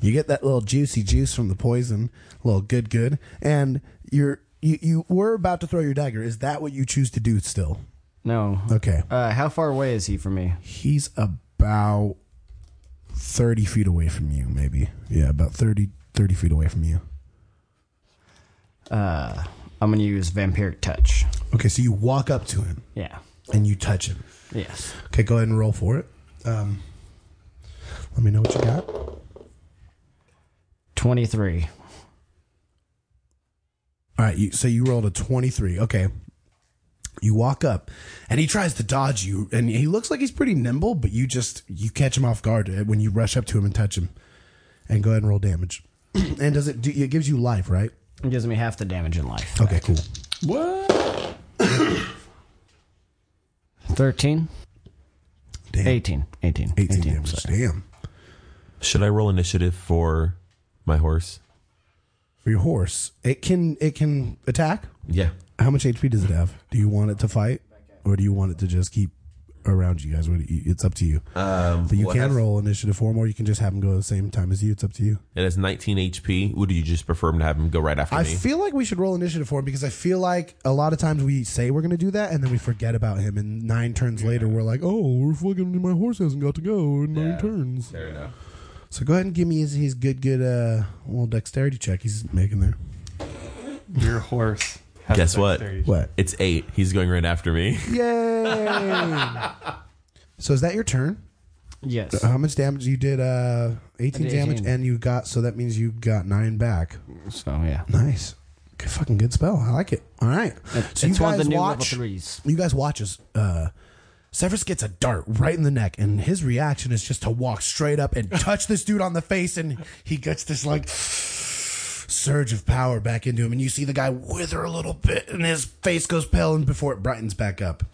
Speaker 3: You get that little juicy juice from the poison, little good good, and you're you, you were about to throw your dagger. Is that what you choose to do still?
Speaker 9: no.
Speaker 3: Okay.
Speaker 9: Uh, how far away is he from me?
Speaker 3: He's about 30 feet away from you, maybe. Yeah, about 30, 30 feet away from you.
Speaker 9: Uh, I'm going to use vampiric touch.
Speaker 3: Okay, so you walk up to him
Speaker 9: Yeah.
Speaker 3: and you touch him.
Speaker 9: Yes.
Speaker 3: Okay, go ahead and roll for it. Um, let me know what you got.
Speaker 9: 23.
Speaker 3: All right, you, so you rolled a 23. Okay. You walk up and he tries to dodge you and he looks like he's pretty nimble, but you just you catch him off guard eh, when you rush up to him and touch him. And go ahead and roll damage. and does it do it gives you life, right?
Speaker 9: It gives me half the damage in life.
Speaker 3: Okay, cool.
Speaker 9: 13?
Speaker 3: Damn.
Speaker 9: 18. 18.
Speaker 3: 18
Speaker 9: 18,
Speaker 3: damage.
Speaker 9: sorry.
Speaker 3: Damn.
Speaker 6: Should I roll initiative for my horse?
Speaker 3: For your horse, it can it can attack.
Speaker 6: Yeah.
Speaker 3: How much HP does it have? Do you want it to fight or do you want it to just keep around you guys? What do you- It's up to you.
Speaker 6: Um,
Speaker 3: But you
Speaker 6: well, it
Speaker 3: can
Speaker 6: has-
Speaker 3: roll initiative for him or you can just have him go at the same time as you. It's up to you.
Speaker 6: It has 19 HP. Would you just prefer him to have him go right after
Speaker 3: I
Speaker 6: me?
Speaker 3: feel like we should roll initiative for him because I feel like a lot of times we say we're going to do that and then we forget about him. And nine turns later, we're like, oh, we're fucking, my horse hasn't got to go in nine turns.
Speaker 6: Fair enough.
Speaker 3: So go ahead and give me his, his good, good uh, little dexterity check he's making there.
Speaker 5: Your horse. has
Speaker 6: Guess
Speaker 5: a
Speaker 6: what?
Speaker 5: dexterity.
Speaker 3: What?
Speaker 6: It's eight. He's going right after me.
Speaker 3: Yay! so is that your turn?
Speaker 9: Yes.
Speaker 3: How much damage? You did uh, 18
Speaker 9: I did
Speaker 3: damage
Speaker 9: 18.
Speaker 3: and you got, so that means you got nine back.
Speaker 9: So, yeah.
Speaker 3: Nice. Good, fucking good spell. I like it. All right. So
Speaker 9: it's
Speaker 3: you
Speaker 9: one
Speaker 3: guys
Speaker 9: of the new
Speaker 3: watch.
Speaker 9: level threes.
Speaker 3: You guys watch as uh, Severus gets a dart right in the neck, and his reaction is just to walk straight up and touch this dude on the face, and he gets this like surge of power back into him, and you see the guy wither a little bit, and his face goes pale, and before it brightens back up.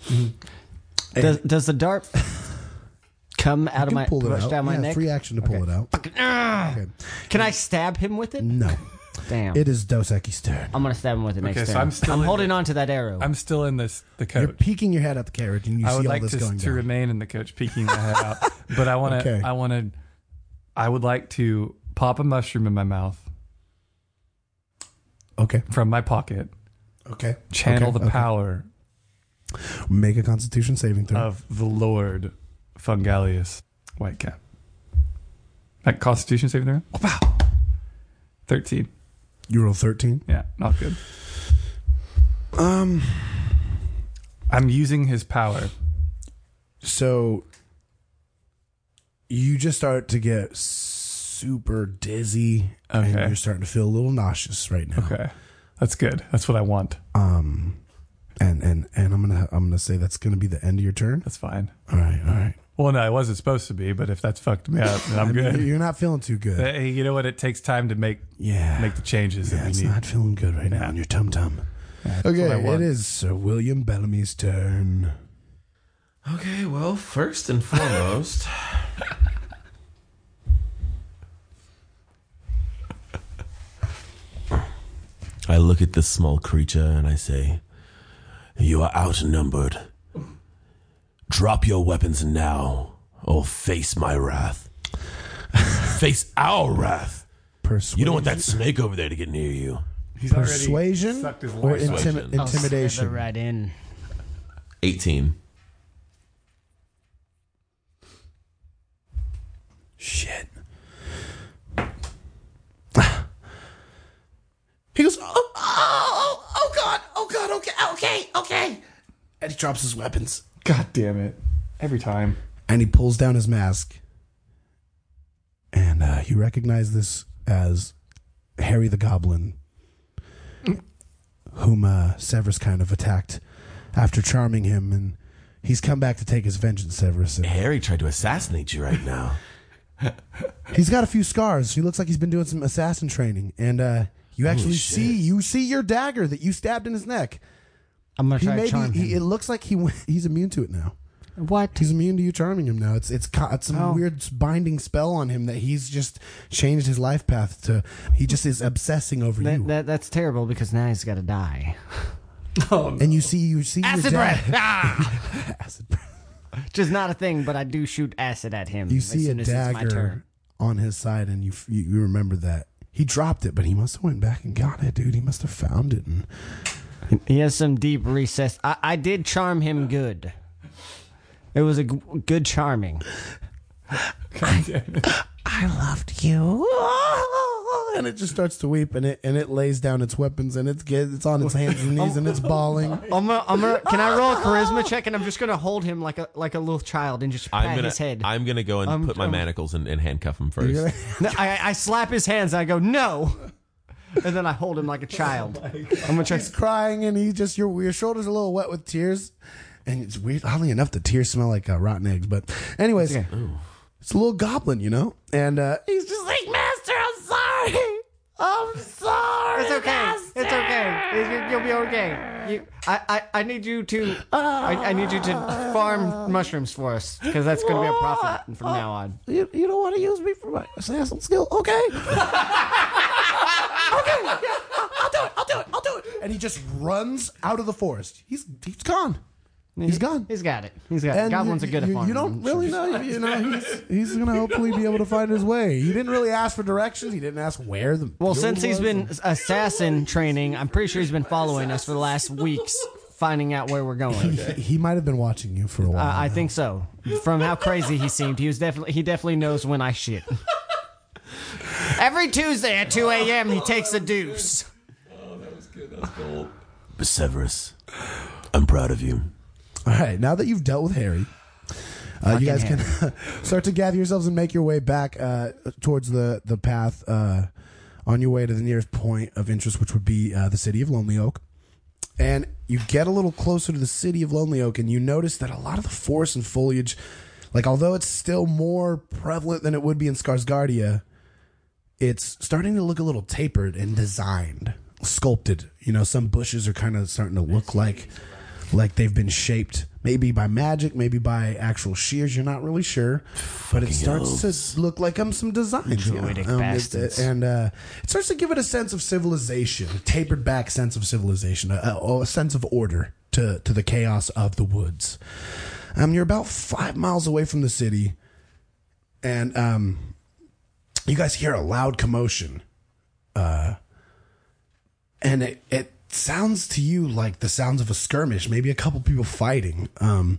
Speaker 9: Does, does the dart
Speaker 4: come out of
Speaker 3: You
Speaker 4: my
Speaker 3: can pull it
Speaker 4: push
Speaker 3: out.
Speaker 4: down my
Speaker 3: Yeah,
Speaker 4: neck?
Speaker 3: Free action to pull it out.
Speaker 4: Can I stab him with it?
Speaker 3: No,
Speaker 4: Damn.
Speaker 3: Mm. it is Dos Equis' turn.
Speaker 4: I'm gonna stab him with it next
Speaker 5: Okay, so
Speaker 4: turn.
Speaker 5: I'm still in
Speaker 4: holding
Speaker 5: the-
Speaker 4: on to that arrow.
Speaker 5: I'm still in this the
Speaker 3: You're
Speaker 5: coach.
Speaker 3: peeking your head at the carriage, and you
Speaker 5: I
Speaker 3: see all
Speaker 5: would like
Speaker 3: this
Speaker 5: to,
Speaker 3: going
Speaker 5: to
Speaker 3: down.
Speaker 5: remain in the coach, peeking my head out. But I want to.
Speaker 3: Okay.
Speaker 5: I want to. I would like to pop a mushroom in my mouth
Speaker 3: okay,
Speaker 5: from my pocket.
Speaker 3: okay.
Speaker 5: Channel
Speaker 3: Okay,
Speaker 5: the
Speaker 3: okay.
Speaker 5: power
Speaker 3: Make a Constitution saving throw.
Speaker 5: of the Lord Fungalius Whitecap. That Constitution saving throw. Wow. Thirteen.
Speaker 3: you roll thirteen.
Speaker 5: Yeah, not good.
Speaker 3: Um.
Speaker 5: I'm using his power.
Speaker 3: so you just start to get super dizzy
Speaker 5: Okay.
Speaker 3: and you're starting to feel a little nauseous right now
Speaker 5: Okay, that's good. That's what I want.
Speaker 3: um and and and i'm gonna i'm gonna say that's gonna be the end of your turn
Speaker 5: That's fine.
Speaker 3: all right all right
Speaker 5: Well, no, it wasn't supposed to be, but if that's fucked me up, then I'm
Speaker 3: I mean,
Speaker 5: good.
Speaker 3: you're not feeling too good
Speaker 5: Hey, you know what? It takes time to make
Speaker 3: yeah
Speaker 5: make the changes
Speaker 3: yeah,
Speaker 5: that
Speaker 3: it's
Speaker 5: we need.
Speaker 3: not feeling good right now on your tum tum
Speaker 5: what I
Speaker 3: okay it
Speaker 5: want.
Speaker 3: is sir william bellamy's turn
Speaker 6: Okay, well, first and foremost. I look at this small creature and I say, You are outnumbered. Drop your weapons now, or face my wrath. face our wrath.
Speaker 3: Persuasion.
Speaker 6: You don't want that snake over there to get near you.
Speaker 5: He's already
Speaker 3: persuasion
Speaker 5: sucked his
Speaker 3: or
Speaker 5: life. Oh,
Speaker 3: intimi-
Speaker 6: Persuasion.
Speaker 4: I'll slither
Speaker 3: intimidation
Speaker 4: right in.
Speaker 6: 18.
Speaker 3: Shit. He goes, oh, oh, oh, God, oh, God, okay, okay, okay. And he drops his weapons
Speaker 5: God damn it! Every time.
Speaker 3: and he pulls down his mask. And uh, you recognize this as Harry the Goblin, whom uh, Severus kind of attacked after charming him. And he's come back to take his vengeance, Severus. And
Speaker 6: Harry tried to assassinate you right now.
Speaker 3: He's got a few scars. He looks like he's been doing some assassin training. And uh, you actually
Speaker 6: shit.
Speaker 3: see you see your dagger that you stabbed in his neck.
Speaker 4: I'm gonna
Speaker 3: He
Speaker 4: try to
Speaker 3: maybe
Speaker 4: charm
Speaker 3: he, it
Speaker 4: him.
Speaker 3: looks like he went, he's immune to it now.
Speaker 4: what?
Speaker 3: He's immune to you charming him now. It's it's co- it's some
Speaker 4: Oh.
Speaker 3: weird binding spell on him that he's just changed his life path to. He just is obsessing over you.
Speaker 4: That, that, that's terrible because now he's got to die.
Speaker 3: and you see you see your
Speaker 4: Acid
Speaker 3: da-
Speaker 4: breath. Ah!
Speaker 3: acid breath.
Speaker 4: Which is not a thing, but I do shoot acid at him.
Speaker 3: You
Speaker 4: as
Speaker 3: see a
Speaker 4: soon as it's my turn.
Speaker 3: dagger on his side, and you, f- you you remember that he dropped it, but he must have went back and got it, dude. He must have found it. And
Speaker 4: He has some deep recess. I, I did charm him good. It was a g- good charming.
Speaker 3: I loved you. And it just starts to weep, and it and it lays down its weapons, and it's get, it's on its hands and knees, and it's bawling.
Speaker 4: I'm gonna, I'm gonna, can I roll a charisma check? And I'm just gonna hold him like a like a little child and just pat
Speaker 6: I'm gonna,
Speaker 4: his head.
Speaker 6: I'm gonna go and
Speaker 4: Um,
Speaker 6: put my
Speaker 4: um,
Speaker 6: manacles and, and handcuff him first.
Speaker 4: No, I, I slap his hands. I go no, and then I hold him like a child. I'm gonna try.
Speaker 3: Oh He's crying, and he just your your shoulders are a little wet with tears, and it's weird. Oddly enough, the tears smell like uh, rotten eggs. But anyways,
Speaker 4: It's
Speaker 3: it's a little goblin, you know, and uh, he's just like, Master, I'm sorry, I'm sorry.
Speaker 4: It's okay. It's
Speaker 3: Master."
Speaker 4: okay. It's- You'll be okay. You, I, I, I need you to. I, I need you to farm mushrooms for us because that's gonna be a profit from now on.
Speaker 3: You, you don't want to use me for my assassin skill? Okay. okay. Yeah, I'll, I'll do it. I'll do it. I'll do it. And he just runs out of the forest. He's he's gone. He's gone.
Speaker 4: He's got it. He's got it.
Speaker 3: And
Speaker 4: Goblin's
Speaker 3: you,
Speaker 4: are good at
Speaker 3: you,
Speaker 4: farming.
Speaker 3: you don't really know. You know, he's, he's gonna hopefully be able to find his way. He didn't really ask for directions. He didn't ask where the
Speaker 4: Well,
Speaker 3: field
Speaker 4: since he's
Speaker 3: was.
Speaker 4: been assassin training, I'm pretty sure he's been following us for the last weeks, finding out where we're going.
Speaker 3: he, he might have been watching you for a while.
Speaker 4: Uh, I think so. From how crazy he seemed, he was definitely he definitely knows when I shit. Every Tuesday at 2 a.m., he takes a deuce.
Speaker 6: But Severus, I'm proud of you.
Speaker 3: All right, now that you've dealt with Harry, uh, you guys can start to gather yourselves and make your way back uh, towards the the path uh, on your way to the nearest point of interest, which would be uh, the city of Lonely Oak. And you get a little closer to the city of Lonely Oak, and you notice that a lot of the forest and foliage, like although it's still more prevalent than it would be in Skarsgardia, it's starting to look a little tapered and designed, sculpted. You know, some bushes are kind of starting to look like like they've been shaped maybe by magic, maybe by actual shears. You're not really sure, but it starts to look like um, some designs. you know?
Speaker 4: Druidic
Speaker 3: Um, it-
Speaker 4: bastards.
Speaker 3: and uh, it starts to give it a sense of civilization, a tapered back sense of civilization, a, a, a sense of order to, to the chaos of the woods. Um, you're about five miles away from the city, and um, you guys hear a loud commotion. uh, and it, it sounds to you like the sounds of a skirmish, maybe a couple people fighting. Um,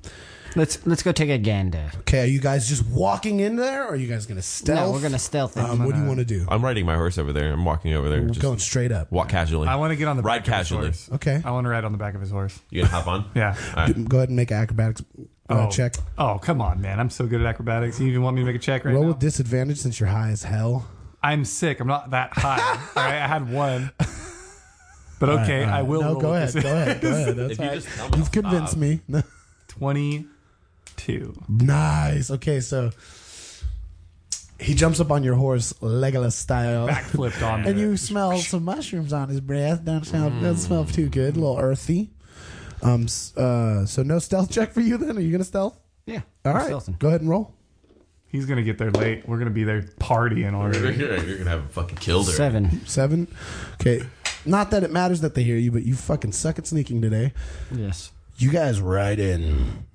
Speaker 9: Let's let's go take a gander.
Speaker 3: okay, are you guys just walking in there? Or are you guys gonna stealth?
Speaker 9: we're gonna stealth it.
Speaker 3: Um, what do you want to do?
Speaker 6: I'm riding my horse over there. I'm walking over there. Just
Speaker 3: Going straight up.
Speaker 6: walk casually.
Speaker 5: I want to get on the
Speaker 6: ride
Speaker 5: back
Speaker 6: casually.
Speaker 5: Of his horse.
Speaker 3: Okay,
Speaker 5: I want to ride on the back of his horse.
Speaker 6: You gonna hop on?
Speaker 5: Yeah.
Speaker 3: Do- go ahead and make an acrobatics uh,
Speaker 5: oh.
Speaker 3: check.
Speaker 5: Oh come on, man! I'm so good at acrobatics. You even want me to make a check right
Speaker 3: Roll
Speaker 5: now?
Speaker 3: with disadvantage since you're high as hell.
Speaker 5: I'm sick. I'm not that high. all right, I had one. But okay, I will.
Speaker 3: No,
Speaker 5: roll
Speaker 3: go
Speaker 5: with Uh,
Speaker 3: ahead.
Speaker 5: this.
Speaker 3: Go ahead. Go ahead. That's
Speaker 6: If you
Speaker 3: all right.
Speaker 6: just tell me
Speaker 3: You've
Speaker 6: I'll
Speaker 3: convinced
Speaker 6: stop.
Speaker 3: me.
Speaker 5: Twenty-two.
Speaker 3: nice. Okay, so he jumps up on your horse, Legolas style.
Speaker 5: Backflipped on.
Speaker 3: and
Speaker 5: it.
Speaker 3: you smell some mushrooms on his breath. Don't sound doesn't smell too good. A little earthy. Um. s- Uh. So no stealth check for you then. Are you gonna stealth?
Speaker 9: Yeah.
Speaker 3: All
Speaker 9: we're
Speaker 3: right.
Speaker 9: stealthing.
Speaker 3: Go ahead and roll.
Speaker 5: He's gonna get there late. We're gonna be there partying already.
Speaker 6: You're gonna have a fucking killed her.
Speaker 9: Seven.
Speaker 3: Seven. Okay. Not that it matters that they hear you, but you fucking suck at sneaking today.
Speaker 9: Yes.
Speaker 3: You guys ride in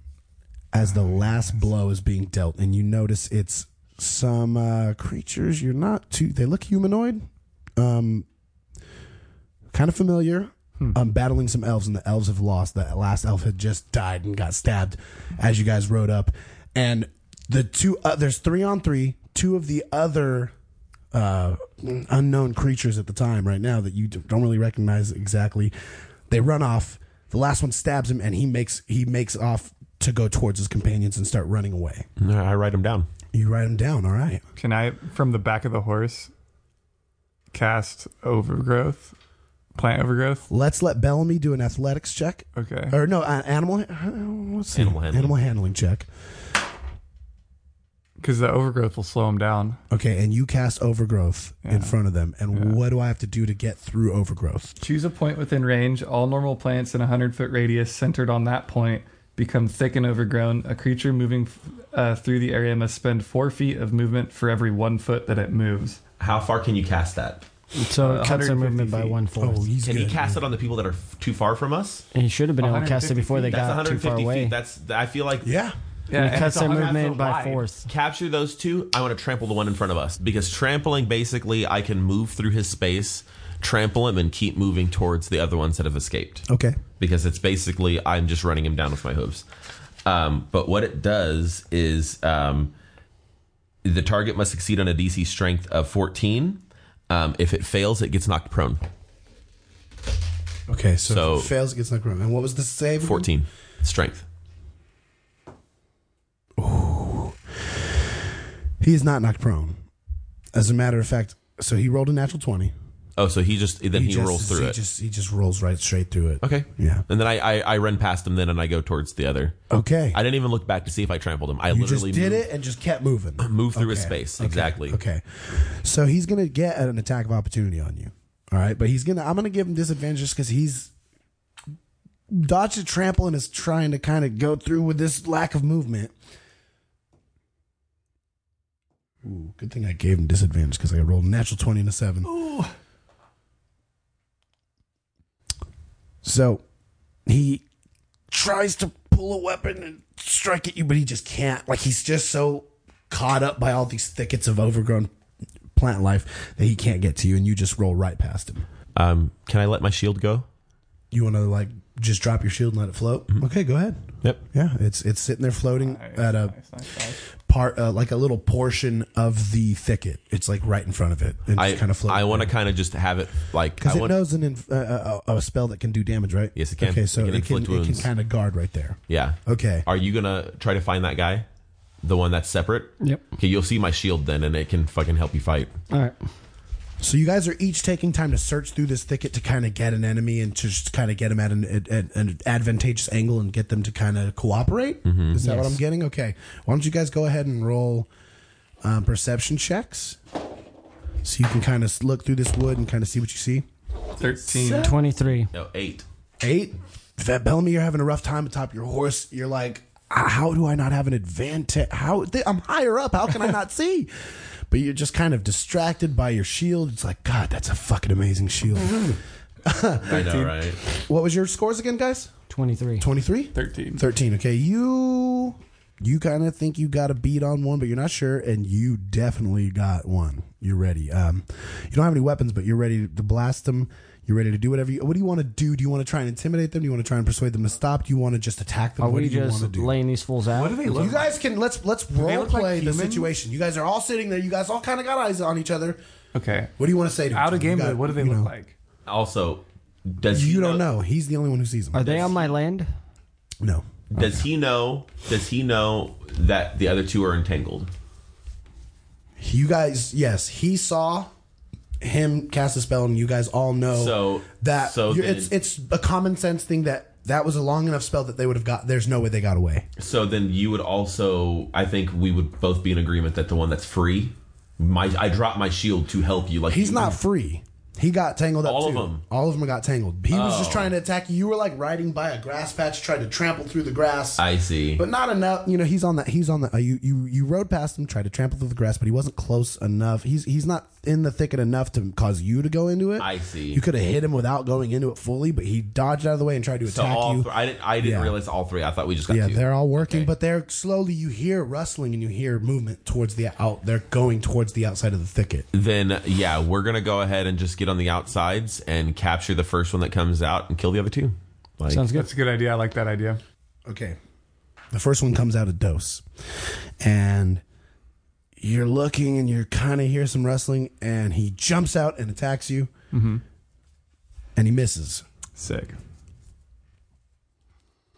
Speaker 3: as the last blow is being dealt, and you notice it's some uh, creatures. You're not too. They look humanoid, um, kind of familiar.
Speaker 6: Hmm.
Speaker 3: Um, battling some elves, and the elves have lost. The last elf had just died and got stabbed as you guys rode up, and the two uh, there's three on three. Two of the other uh, unknown creatures at the time right now that you d- don't really recognize exactly. They run off. The last one stabs him, and he makes he makes off to go towards his companions and start running away.
Speaker 6: All right, I ride him down.
Speaker 3: You write him down. All right.
Speaker 5: Can I, from the back of the horse, cast overgrowth, plant overgrowth?
Speaker 3: Let's let Bellamy do an athletics check,
Speaker 5: Okay.
Speaker 3: or no, uh, animal. uh, What's the-
Speaker 6: Animal handling.
Speaker 3: Animal handling check.
Speaker 5: Because the overgrowth will slow him down.
Speaker 3: Okay, and you cast overgrowth in front of them. And what do I have to do to get through overgrowth?
Speaker 5: Choose a point within range. All normal plants in a 100 foot radius centered on that point become thick and overgrown. A creature moving uh, through the area must spend four feet of movement for every one foot that it moves.
Speaker 6: How far can you cast that?
Speaker 9: So it cuts our
Speaker 5: 150
Speaker 9: movement by
Speaker 5: feet.
Speaker 9: one
Speaker 4: Oh,
Speaker 9: fourth.
Speaker 3: he's
Speaker 6: Can you cast it on the people that are f- too far from us?
Speaker 9: And he should have been able to cast it
Speaker 5: 150
Speaker 9: before they
Speaker 5: feet.
Speaker 6: That's
Speaker 9: got too far
Speaker 6: 150 feet.
Speaker 9: away.
Speaker 6: That's I feel like
Speaker 3: Yeah.
Speaker 5: Yeah,
Speaker 9: It cuts their
Speaker 5: our
Speaker 9: movement by fourth.
Speaker 6: capture those two. I want to trample the one in front of us because trampling basically I can move through his space, trample him, and keep moving towards the other ones that have escaped.
Speaker 3: Okay.
Speaker 6: because it's basically I'm just running him down with my hooves. Um, but what it does is um, the target must succeed on a DC strength of 14. Um, if it fails, it gets knocked prone.
Speaker 3: Mm-hmm. Okay, so,
Speaker 6: So-
Speaker 3: if it fails, it gets knocked around. And what was the save?
Speaker 6: 14 strength.
Speaker 3: He is not knocked prone. As a matter of fact, so he rolled a natural 20.
Speaker 6: Oh, so he just then he,
Speaker 3: just-
Speaker 6: rolls through
Speaker 3: he
Speaker 6: it.
Speaker 3: Just, he just rolls right straight through it.
Speaker 6: okay.
Speaker 3: Yeah.
Speaker 6: And then I, I I run past him then and I go towards the other.
Speaker 3: Okay.
Speaker 6: I didn't even look back to see if I trampled him. I
Speaker 3: you just
Speaker 6: literally
Speaker 3: did
Speaker 6: moved,
Speaker 3: it and just kept moving.
Speaker 6: moved through his
Speaker 3: Okay.
Speaker 6: space.
Speaker 3: Okay.
Speaker 6: Exactly.
Speaker 3: Okay. So he's going to get an attack of opportunity on you. All right. But he's going to, I'm going to give him disadvantage just because he's dodged a trample and is trying to kind of go through with this lack of movement. Ooh, good thing I gave him disadvantage because I rolled a natural 20 and a 7. So he tries to pull a weapon and strike at you, but he just can't. Like he's just so caught up by all these thickets of overgrown plant life that he can't get to you, and you just roll right past him.
Speaker 6: Um, can I let my shield go?
Speaker 3: You want to like just drop your shield and let it float? Okay, go ahead.
Speaker 6: Yep.
Speaker 3: Yeah, it's it's sitting there floating at a part, uh, like a little portion of the thicket. It's like right in front of it. It's
Speaker 6: I
Speaker 3: kind of floating.
Speaker 6: I want to kind of just have it like
Speaker 3: because
Speaker 6: I
Speaker 3: it
Speaker 6: want,
Speaker 3: knows an inf- uh, a, a spell that can do damage, right?
Speaker 6: Yes, it can.
Speaker 3: Okay,
Speaker 6: It
Speaker 3: so
Speaker 6: can
Speaker 3: it can,
Speaker 6: inflict
Speaker 3: it can,
Speaker 6: wounds.
Speaker 3: kind of guard right there.
Speaker 6: Yeah.
Speaker 3: Okay.
Speaker 6: Are you gonna try to find that guy, the one that's separate?
Speaker 9: Yep.
Speaker 6: Okay, you'll see my shield then, and it can fucking help you fight.
Speaker 9: All right.
Speaker 3: So you guys are each taking time to search through this thicket to kind of get an enemy and to just kind of get them at an, at, at an advantageous angle and get them to kind of cooperate. Is that what I'm getting? Okay. Why don't you guys go ahead and roll um, perception checks so you can kind of look through this wood and kind of see what you see.
Speaker 5: Thirteen.
Speaker 9: Twenty-three.
Speaker 6: No, eight.
Speaker 3: Eight. Vet Bellamy, you're having a rough time atop your horse. You're like, "Ah, how do I not have an advantage? How th- I'm higher up. How can I not see? But you're just kind of distracted by your shield. It's like, God, that's a fucking amazing shield.
Speaker 6: I know, right?
Speaker 3: what was your scores again, guys?
Speaker 9: 23.
Speaker 3: 23?
Speaker 5: 13.
Speaker 3: 13 okay you you kind of think you got a beat on one but you're not sure and you definitely got one you're ready um you don't have any weapons but you're ready to blast them you're ready to do whatever you what do you want to do do you want to try and intimidate them do you want to try and persuade them to stop do you want to just attack them
Speaker 9: Are
Speaker 3: what
Speaker 9: we
Speaker 3: do you want
Speaker 9: just
Speaker 3: to do
Speaker 9: laying these fools out?
Speaker 5: What do they look
Speaker 3: you guys can let's let's
Speaker 5: they
Speaker 3: role
Speaker 5: look like
Speaker 3: play the
Speaker 5: humans?
Speaker 3: situation you guys are all sitting there you guys all kind of got eyes on each other
Speaker 5: like? Okay.
Speaker 3: what do you want to say to each
Speaker 5: Out of
Speaker 3: other? You
Speaker 5: game
Speaker 3: got-
Speaker 5: mode, what do they
Speaker 3: you
Speaker 5: look
Speaker 3: know.
Speaker 5: like?
Speaker 6: Also, does he
Speaker 3: you don't know he's the only one who sees them
Speaker 9: Are they on my land?
Speaker 3: no
Speaker 6: Does he know? Does he know that the other two are entangled?
Speaker 3: You guys, yes, he saw him cast a spell, and you guys all know
Speaker 6: So-
Speaker 3: that
Speaker 6: so
Speaker 3: you're-
Speaker 6: then-
Speaker 3: it's it's a common sense thing that that was a long enough spell that they would have got. There's no way they got away.
Speaker 6: So then you would also, I think we would both be in agreement that the one that's free, my I dropped my shield to help you. Like
Speaker 3: He's not free. He got tangled up.
Speaker 6: All of
Speaker 3: too.
Speaker 6: them. Oh.
Speaker 3: All of them got tangled. He was just trying to attack you. You were like riding by a grass patch, trying to trample through the grass.
Speaker 6: I see.
Speaker 3: but not enough, you know. He's on that. He's on the. Uh, you you you rode past him, tried to trample through the grass, but he wasn't close enough. He's he's not in the thicket enough to cause you to go into it.
Speaker 6: I see.
Speaker 3: You could have hit him without going into it fully, but he dodged out of the way and tried to
Speaker 6: so
Speaker 3: attack
Speaker 6: all
Speaker 3: you.
Speaker 6: three, I didn't. I didn't
Speaker 3: Yeah.
Speaker 6: realize all three. I thought we just got
Speaker 3: yeah,
Speaker 6: two.
Speaker 3: they're all working, but they're slowly. You hear rustling and you hear movement towards the out. They're going towards the outside of the thicket.
Speaker 6: Then yeah, we're gonna go ahead and just get on the outsides and capture the first one that comes out and kill the other two. Like,
Speaker 9: Sounds good.
Speaker 5: That's a good idea. I like that idea.
Speaker 3: Okay, the first one comes out of dose, and you're looking and you're kind of hear some rustling, and he jumps out and attacks you, mm-hmm. and he misses.
Speaker 5: Sick.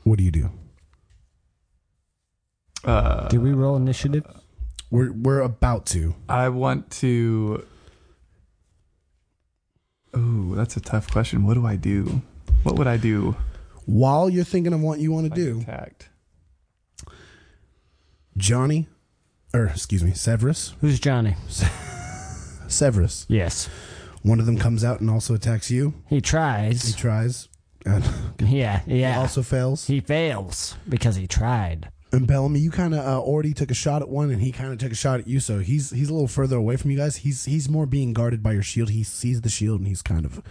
Speaker 3: What do you do?
Speaker 5: Uh,
Speaker 9: Did we roll initiative?
Speaker 3: We're we're about to.
Speaker 5: I want to. Ooh, that's a tough question. What do I do? What would I do?
Speaker 3: While you're thinking of what you want to
Speaker 5: if I
Speaker 3: do,
Speaker 5: attacked.
Speaker 3: Johnny, or excuse me, Severus,
Speaker 9: Who's Johnny?
Speaker 3: Severus.
Speaker 9: Yes.
Speaker 3: One of them comes out and also attacks you.
Speaker 9: He
Speaker 3: He
Speaker 9: tries.
Speaker 3: tries and
Speaker 9: yeah, yeah.
Speaker 3: also fails.
Speaker 9: he fails because he tried.
Speaker 3: and Bellamy, you kind of uh, already took a shot at one, and he kind of took a shot at you. So he's he's a little further away from you guys. He's he's more being guarded by your shield. He sees the shield, and he's kind of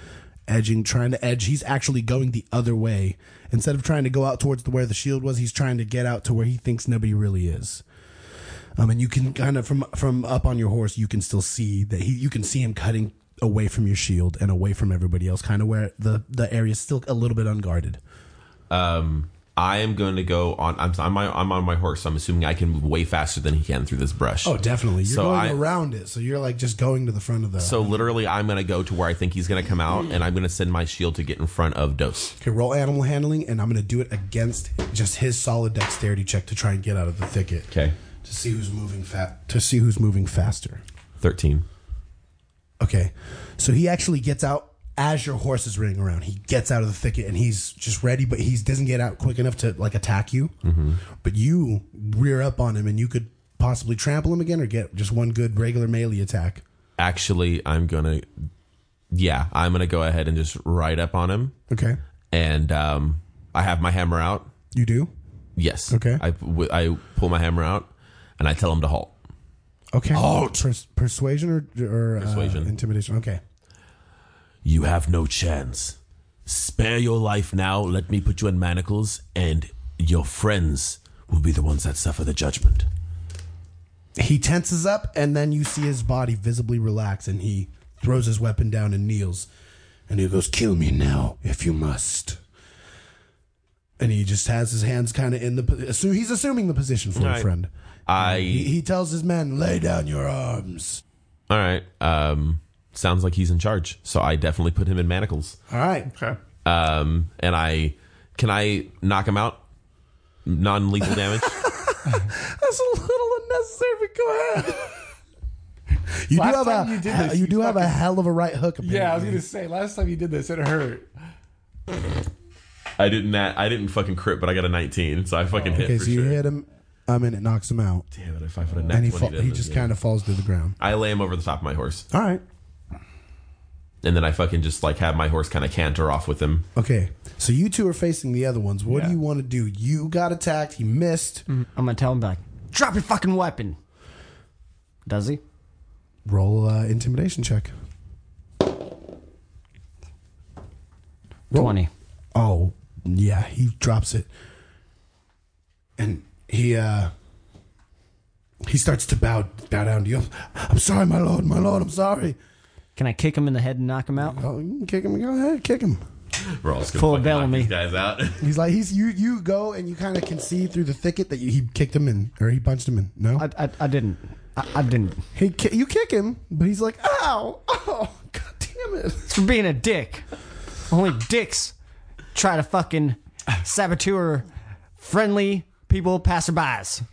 Speaker 3: edging, trying to edge. He's actually going the other way instead of trying to go out towards the where the shield was. He's trying to get out to where he thinks nobody really is. Um, and you can kind of from from up on your horse, you can still see that he, you can see him cutting away from your shield and away from everybody else, kind of where the the area is still a little bit unguarded.
Speaker 6: um, I am going to go on. I'm I'm, I'm on my horse. I'm assuming I can move way faster than he can through this brush.
Speaker 3: Oh, definitely. You're
Speaker 6: So
Speaker 3: going
Speaker 6: I-
Speaker 3: around it, so you're like just going to the front of the.
Speaker 6: So literally, I'm gonna go to where I think he's gonna come out, and I'm gonna send my shield to get in front of Dose.
Speaker 3: okay, roll animal handling, and I'm gonna do it against just his solid dexterity check to try and get out of the thicket.
Speaker 6: Okay,
Speaker 3: To see who's moving fat. To see who's moving faster.
Speaker 6: thirteen.
Speaker 3: Okay, so he actually gets out as your horse is running around. He gets out of the thicket and he's just ready, but he doesn't get out quick enough to like attack you.
Speaker 6: Mm-hmm.
Speaker 3: But you rear up on him, and you could possibly trample him again or get just one good regular melee attack.
Speaker 6: Actually, I'm gonna, yeah, I'm gonna go ahead and just ride up on him,
Speaker 3: Okay,
Speaker 6: and um, I have my hammer out.
Speaker 3: you do.
Speaker 6: Yes.
Speaker 3: Okay.
Speaker 6: I w- I pull my hammer out, and I tell him to halt.
Speaker 3: Okay. Pers- persuasion or, or uh,
Speaker 6: Oh, Persuasion.
Speaker 3: intimidation. Okay.
Speaker 6: You have no chance. Spare your life now. Let me put you in manacles, and your friends will be the ones that suffer the judgment.
Speaker 3: He tenses up, and then you see his body visibly relax, and he throws his weapon down and kneels, and he goes, "Kill me now, if you must." And he just has his hands kind of in the. po- Assume, he's assuming the position for a
Speaker 6: Right.
Speaker 3: friend. He,
Speaker 6: I
Speaker 3: he tells his men, "Lay down your arms."
Speaker 6: all right. Um, sounds like he's in charge, so I definitely put him in manacles.
Speaker 3: All right.
Speaker 5: Okay.
Speaker 6: Um, and I can I knock him out? Non-lethal damage.
Speaker 3: That's a little unnecessary. But go ahead. you
Speaker 5: Last
Speaker 3: do have
Speaker 5: time
Speaker 3: a
Speaker 5: you did this,
Speaker 3: you,
Speaker 5: you
Speaker 3: do have a
Speaker 5: fucking-
Speaker 3: hell of a right hook. Apparently.
Speaker 5: Yeah, I was gonna say last time you did this, it hurt.
Speaker 6: I didn't. Nat, I didn't fucking crit, but I got a 19, so I fucking hit
Speaker 3: Okay,
Speaker 6: for
Speaker 3: so you
Speaker 6: sure.
Speaker 3: hit him. Um, and it knocks him out,
Speaker 6: Damn it! If I put a nat
Speaker 3: and he
Speaker 6: 20,
Speaker 3: fa- he just kind of falls to the ground.
Speaker 6: I lay him over the top of my horse.
Speaker 3: All right.
Speaker 6: and then I fucking just like have my horse kind of canter off with him.
Speaker 3: Okay, so you two are facing the other ones. What do
Speaker 5: Yeah.
Speaker 3: you want to do? You got attacked. He missed.
Speaker 9: I'm gonna tell him back. Drop your fucking weapon. Does he?
Speaker 3: Roll uh, intimidation check. Roll.
Speaker 9: Twenty.
Speaker 3: Oh yeah, he drops it, and he uh he starts to bow bow down to you. I'm sorry, my lord, my lord, I'm sorry.
Speaker 9: Can I kick him in the head and knock him out?
Speaker 3: Oh, you can kick him. Go ahead, kick him.
Speaker 6: We're all just gonna
Speaker 9: Full
Speaker 6: fucking knock
Speaker 9: Bellamy.
Speaker 6: these guys out.
Speaker 3: He's like he's you. You go and you kind of can see through the thicket that you, he kicked him in or he punched him in. No,
Speaker 9: I, I, I didn't. I, I didn't.
Speaker 3: he ki- you kick him, but he's like, ow, oh, god damn it.
Speaker 9: It's for being a dick. Only dicks try to fucking saboteur friendly people, passerbys.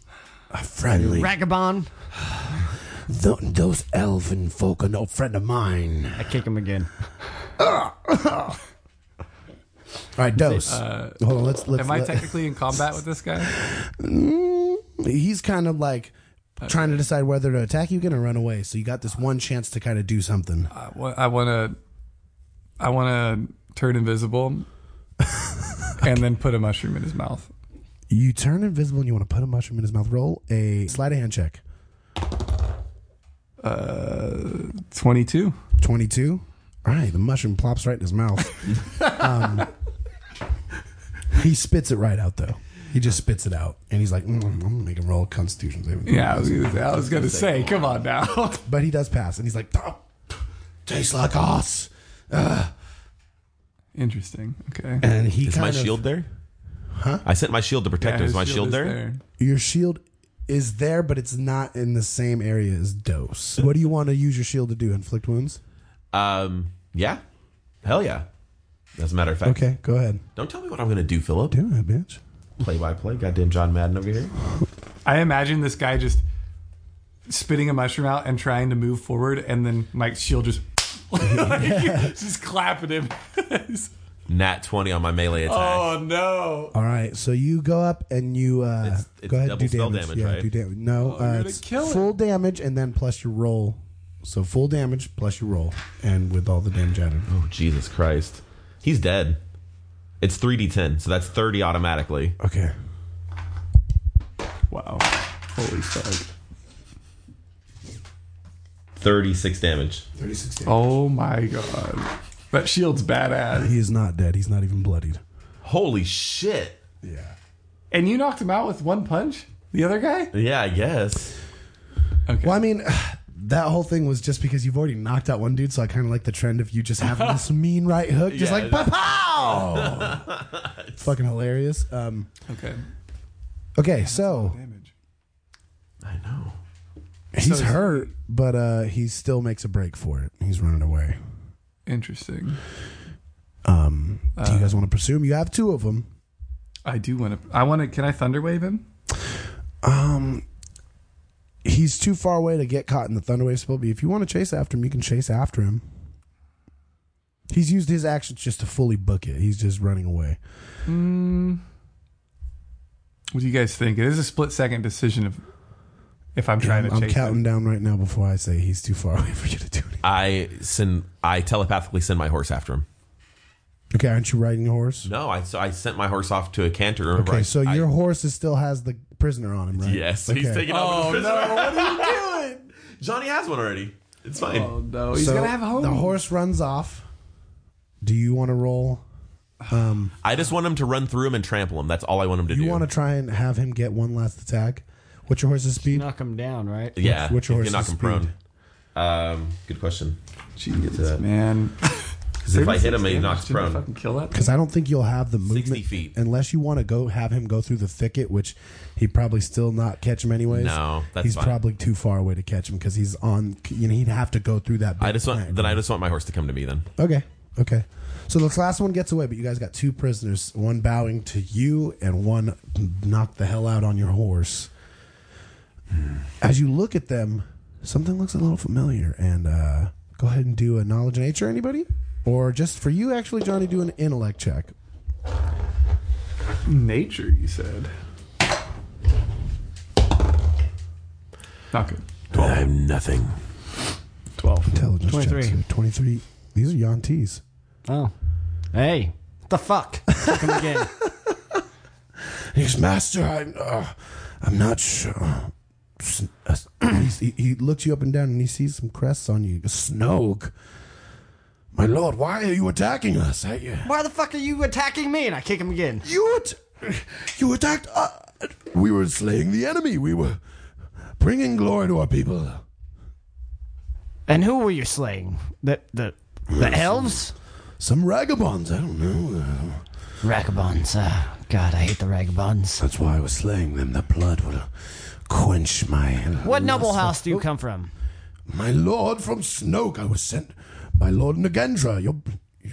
Speaker 3: Friendly.
Speaker 9: Ragabon.
Speaker 3: Th- those elven folk are no friend of mine. All
Speaker 9: I kick him again.
Speaker 3: right, Dose. Hold on, let's let's.
Speaker 5: uh, Am I
Speaker 3: let-
Speaker 5: technically in combat with this guy?
Speaker 3: he's kind of like trying to decide whether to attack you again or run away. So you got this one chance to kind of do something.
Speaker 5: I want to, I want to turn invisible, and then put a mushroom in his mouth.
Speaker 3: You turn invisible and you want to put a mushroom in his mouth. Roll a sleight of hand check.
Speaker 5: Uh, Twenty-two.
Speaker 3: 22. All right, the mushroom plops right in his mouth. um, he spits it right out, though. He just spits it out. And he's like, mm, I'm going to make him roll a constitution. saving throw."
Speaker 5: Yeah, I was, gonna- I was gonna say, come on now.
Speaker 3: But he does pass. And he's like, "Oh, tastes like us.
Speaker 5: Interesting. Okay.
Speaker 3: And he
Speaker 6: Is
Speaker 3: kind
Speaker 6: my
Speaker 3: of-
Speaker 6: shield there? Huh? I sent my shield to protect him. Is
Speaker 5: his
Speaker 6: my shield,
Speaker 5: is
Speaker 6: there?
Speaker 3: Your shield is there, but it's not in the same area as Dose. What do you want to use your shield to do? Inflict wounds?
Speaker 6: Um, yeah, hell yeah. As a matter of fact,
Speaker 3: Okay, go ahead.
Speaker 6: Don't tell me what I'm gonna do, Philip.
Speaker 3: Do it, bitch.
Speaker 6: Play by play, goddamn John Madden over here.
Speaker 5: I imagine this guy just spitting a mushroom out and trying to move forward, and then Mike's shield just just clapping him.
Speaker 6: Nat twenty on my melee attack.
Speaker 5: oh no!
Speaker 3: All right, so you go up and you uh,
Speaker 6: It's- it's
Speaker 3: go ahead
Speaker 6: double
Speaker 3: and do
Speaker 6: spell
Speaker 3: damage.
Speaker 6: damage,
Speaker 3: yeah,
Speaker 6: right?
Speaker 3: do damage. No, uh,
Speaker 5: gonna
Speaker 3: it's
Speaker 5: kill it.
Speaker 3: full damage and then plus your roll. So full damage plus your roll, and with all the damage added.
Speaker 6: Oh Jesus Christ, he's dead. It's three d ten, so that's thirty automatically.
Speaker 3: Okay,
Speaker 5: Wow! Holy fuck!
Speaker 6: Thirty six damage.
Speaker 3: thirty-six damage.
Speaker 5: Oh my god! That shield's badass.
Speaker 3: He is not dead. He's not even bloodied.
Speaker 6: Holy shit.
Speaker 3: Yeah.
Speaker 5: And you knocked him out with one punch. The other guy?
Speaker 6: Yeah, I guess.
Speaker 5: Okay.
Speaker 3: Well, I mean, that whole thing was just because you've already knocked out one dude. So I kind of like the trend of you just having this mean right hook, just
Speaker 6: Yeah,
Speaker 3: like pow. pow! It's fucking hilarious. Um,
Speaker 5: Okay.
Speaker 3: okay, so
Speaker 5: Damage.
Speaker 6: I know.
Speaker 3: he's hurt, but uh, he still makes a break for it. He's running away.
Speaker 5: Interesting.
Speaker 3: Um, do you guys want to pursue him? You have two of them.
Speaker 5: I do want to. I want to. Can I thunderwave him?
Speaker 3: Um, he's too far away to get caught in the thunderwave spill. But if you want to chase after him, you can chase after him. He's used his actions just to fully book it. He's just running away.
Speaker 5: What do you guys think? It is a split second decision of if I'm trying to
Speaker 3: I'm
Speaker 5: chase
Speaker 3: counting
Speaker 5: him.
Speaker 3: down right now before I say he's too far away for you to do anything.
Speaker 6: I send. I telepathically send my horse after him.
Speaker 3: Okay, aren't you riding a horse?
Speaker 6: No, I so I sent my horse off to a canter. Remember? I-
Speaker 3: Okay, so
Speaker 6: I-
Speaker 3: your horse is still has the prisoner on him, right?
Speaker 6: Yes,
Speaker 3: Okay.
Speaker 6: he's taking off.
Speaker 5: Oh
Speaker 6: with his
Speaker 5: no!
Speaker 6: prisoner.
Speaker 5: What are you doing?
Speaker 6: Johnny has one already. It's fine.
Speaker 5: Oh no! He's
Speaker 3: So
Speaker 5: gonna have a home.
Speaker 3: The horse runs off. Do you want to roll?
Speaker 6: I just want him to run through him and trample him. That's all I want him to do.
Speaker 3: You want to try and have him get one last attack? What's your horse's speed?
Speaker 9: Knock him down, right?
Speaker 6: Yeah,
Speaker 3: Which- which
Speaker 6: if
Speaker 3: horse
Speaker 6: You knock
Speaker 3: is
Speaker 6: him
Speaker 3: speed?
Speaker 6: prone. Um, good question.
Speaker 5: Jesus, man.
Speaker 6: Because if I hit him, he
Speaker 5: 36 damage,
Speaker 6: knocks
Speaker 5: didn't I
Speaker 6: prone.
Speaker 5: Fucking kill that.
Speaker 3: Because I don't think you'll have the movement
Speaker 6: feet.
Speaker 3: unless you want to go have him go through the thicket, which he probably still not catch him anyways.
Speaker 6: No, that's
Speaker 3: he's
Speaker 6: fine.
Speaker 3: probably too far away to catch him because he's on. You know, he'd have to go through that. Big
Speaker 6: I just want
Speaker 3: plant.
Speaker 6: then I just want my horse to come to me. Then
Speaker 3: Okay, okay. So the last one gets away, but you guys got two prisoners: one bowing to you, and one knocked the hell out on your horse. Hmm. As you look at them, something looks a little familiar. And uh, go ahead and do a knowledge nature, anybody, or just for you, actually, Johnny, do an intellect check.
Speaker 5: Nature, you said. Not good.
Speaker 6: I'm nothing.
Speaker 5: Twelve.
Speaker 3: intelligence
Speaker 9: 23.
Speaker 3: checks. 23 These are Yantees.
Speaker 4: Oh. Hey. What the fuck? Fuck him again.
Speaker 3: He's master. I'm. Uh, I'm not sure. S- uh, he, he looks you up and down, and he sees some crests on you. Snog. My lord, why are you attacking us? I, uh,
Speaker 4: Why the fuck are you attacking me? And I kick him again.
Speaker 3: you at- you attacked. Uh, we were slaying the enemy. We were bringing glory to our people.
Speaker 4: And who were you slaying? The the the elves?
Speaker 3: Some ragabonds. I don't know. Uh,
Speaker 10: Ragabonds.
Speaker 4: Oh,
Speaker 10: Ah, God, I hate the ragabonds.
Speaker 3: That's why I was slaying them. Their blood will quench my.
Speaker 4: What noble house do you come from?
Speaker 3: My lord from Snoke, I was sent by Lord Nagendra. Your,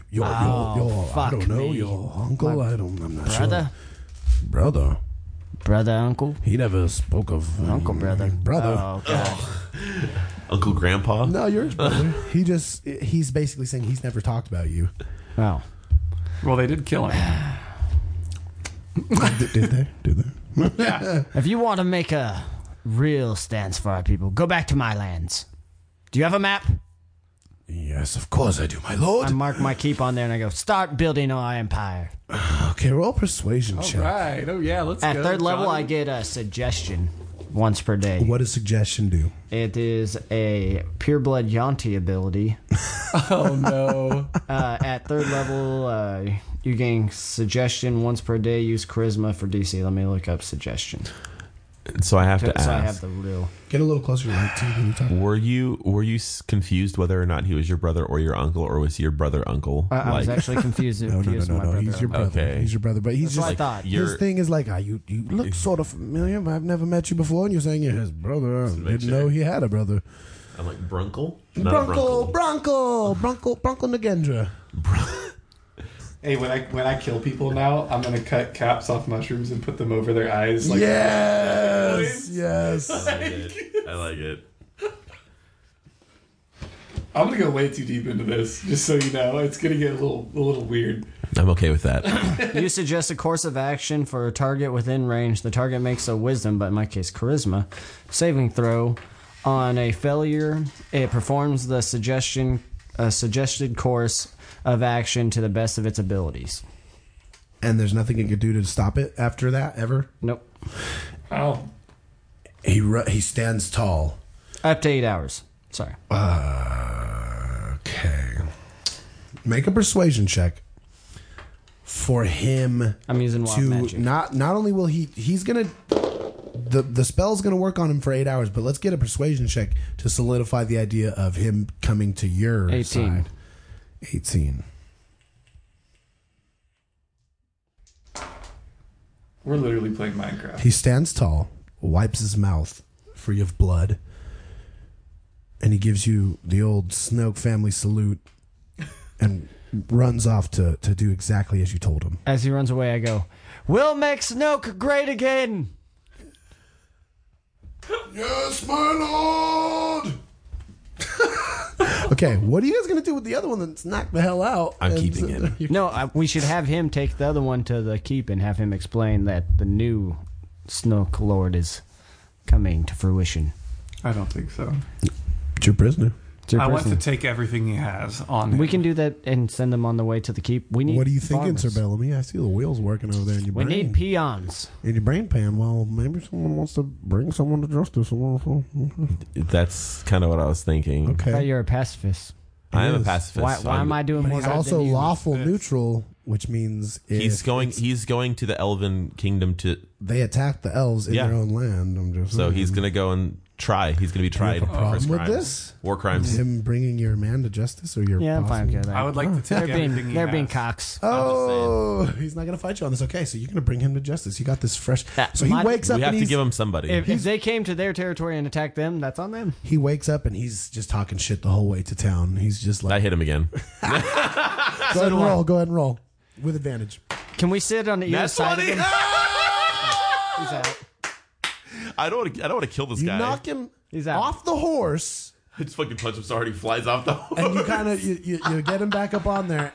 Speaker 3: your,
Speaker 4: Oh,
Speaker 3: your, your I
Speaker 4: fuck
Speaker 3: don't know,
Speaker 4: me.
Speaker 3: your uncle. I don't. I'm not
Speaker 4: Brother?
Speaker 3: sure. Brother.
Speaker 4: Brother, uncle?
Speaker 3: He never spoke of
Speaker 4: Uncle, brother.
Speaker 7: Mm,
Speaker 3: Brother.
Speaker 4: Oh, God.
Speaker 6: Uncle Grandpa.
Speaker 3: no, you're his Oh, brother. Uh, he just. He's basically saying he's never talked about you.
Speaker 4: Oh.
Speaker 5: Well, they did kill him.
Speaker 3: Did, they? Did they?
Speaker 4: If you want to make a real stance for our people, go back to my lands. Do you have a map?
Speaker 3: Yes, of course I do, my lord.
Speaker 4: I mark my keep on there and I go, start building our empire.
Speaker 3: okay, roll persuasion check.
Speaker 5: Right. Oh, yeah. Let's
Speaker 4: At
Speaker 5: go.
Speaker 4: third level,
Speaker 5: John.
Speaker 4: I get a suggestion once per day.
Speaker 3: What does suggestion do?
Speaker 4: It is a pure blood Yonti ability.
Speaker 5: Oh, no.
Speaker 4: Uh, at third level, uh, you gain suggestion once per day. Use charisma for DC. Let me look up suggestion.
Speaker 6: So I have
Speaker 4: So
Speaker 6: to ask.
Speaker 4: I have the real.
Speaker 3: Get a little closer to the mic, too, when you talk.
Speaker 6: Were you were you s- confused whether or not he was your brother or your uncle, or was he your brother uncle?
Speaker 4: I, I was actually confused.
Speaker 3: No, no, no,
Speaker 4: confused
Speaker 3: no,
Speaker 4: with my
Speaker 3: no. He's
Speaker 4: brother.
Speaker 3: your brother.
Speaker 6: Okay.
Speaker 3: He's your brother, but he's just
Speaker 4: That's what I thought.
Speaker 6: you're,
Speaker 3: his thing is like, ah, you you look sort of familiar, but I've never met you before. And you're saying you're his brother. I didn't know he had a brother.
Speaker 6: I'm like Brunkle, not
Speaker 3: Bronco,
Speaker 6: Brunkle.
Speaker 3: Bronco, Bronco, Bronco Nagendra.
Speaker 5: Hey, when I when I kill people now, I'm gonna cut caps off mushrooms and put them over their eyes. Like,
Speaker 3: yes, yes.
Speaker 6: I like it. I like it.
Speaker 5: I'm gonna go way too deep into this, just so you know. It's gonna get a little a little weird.
Speaker 6: I'm okay with that.
Speaker 4: You suggest a course of action for a target within range. The target makes a wisdom, but in my case, charisma, saving throw. On a failure, it performs the suggestion uh, suggested course of action to the best of its abilities.
Speaker 3: and there's nothing you could do to stop it after that ever.
Speaker 4: Nope.
Speaker 5: Wow.
Speaker 3: He ru- he stands tall.
Speaker 4: Up to eight hours. Sorry.
Speaker 3: Okay. Make a persuasion check for him.
Speaker 4: I'm using wild
Speaker 3: to
Speaker 4: magic.
Speaker 3: not not only will he he's gonna the the spell's gonna work on him for eight hours, but let's get a persuasion check to solidify the idea of him coming to your
Speaker 4: 18.
Speaker 3: side. Eighteen.
Speaker 5: We're literally playing Minecraft.
Speaker 3: He stands tall, wipes his mouth free of blood, and he gives you the old Snoke family salute and runs off to, to do exactly as you told him.
Speaker 4: As he runs away, I go, We'll make Snoke great again!
Speaker 7: Yes, my lord!
Speaker 3: Okay, what are you guys gonna do with the other one that's knocked the hell out?
Speaker 6: I'm
Speaker 3: And-
Speaker 6: keeping it.
Speaker 4: No, I, we should have him take the other one to the keep and have him explain that the new Snoke Lord is coming to fruition.
Speaker 5: I don't think so.
Speaker 3: It's your prisoner.
Speaker 4: It's your
Speaker 5: I want to
Speaker 4: person.
Speaker 5: take everything he has on.
Speaker 4: we
Speaker 5: him.
Speaker 4: can do that and send them on the way to the keep. We need.
Speaker 3: What are you thinking,
Speaker 4: farmers.
Speaker 3: Sir Bellamy? I see the wheels working over there in your
Speaker 4: We
Speaker 3: brain.
Speaker 4: need peons.
Speaker 3: in your brain pan. Well, maybe someone wants to bring someone to justice. Okay.
Speaker 6: That's kind of what I was thinking.
Speaker 4: I thought you were a pacifist.
Speaker 6: I am a
Speaker 3: Yes.
Speaker 6: pacifist.
Speaker 4: Why,
Speaker 6: so
Speaker 4: why
Speaker 6: I'm-
Speaker 4: am I doing
Speaker 3: But
Speaker 4: more
Speaker 3: he's
Speaker 4: good
Speaker 3: also
Speaker 4: than you?
Speaker 3: lawful neutral, which means
Speaker 6: He's
Speaker 3: if
Speaker 6: going. He's going to the Elven Kingdom to.
Speaker 3: they attacked the elves in
Speaker 6: Yeah.
Speaker 3: their own land. I'm just
Speaker 6: So
Speaker 3: saying.
Speaker 6: he's going to go and try. He's going to be tried
Speaker 3: have a
Speaker 6: for his
Speaker 3: problem with
Speaker 6: crimes,
Speaker 3: this?
Speaker 6: war crimes.
Speaker 3: him bringing your man to justice or your
Speaker 4: Yeah, I'm
Speaker 3: boss?
Speaker 4: fine with that.
Speaker 5: I would like to
Speaker 4: Oh, They're
Speaker 5: take everything
Speaker 4: being
Speaker 5: he
Speaker 4: they're
Speaker 5: has.
Speaker 4: being cocks.
Speaker 3: Oh, he's not gonna fight you on this. Okay, so you're gonna bring him to justice. You got this fresh.
Speaker 4: Yeah,
Speaker 3: so he
Speaker 4: my-
Speaker 3: wakes up
Speaker 6: We have
Speaker 3: and
Speaker 6: to
Speaker 3: he's,
Speaker 6: give him somebody.
Speaker 4: If, if they came to their territory and attacked them, that's on them.
Speaker 3: he wakes up and he's just talking shit the whole way to town. He's just
Speaker 6: I
Speaker 3: like,
Speaker 6: hit him again.
Speaker 3: go ahead and roll, go ahead and roll with advantage.
Speaker 4: Can we sit on either
Speaker 6: That's
Speaker 4: side of
Speaker 6: funny.
Speaker 4: them? He's out.
Speaker 6: I don't. Wanna, I don't want to kill this
Speaker 3: You
Speaker 6: guy.
Speaker 3: knock him
Speaker 4: He's out.
Speaker 3: off the horse,
Speaker 6: I just fucking punch him so hard he flies off the.
Speaker 3: and you kind of you, you, you get him back up on there,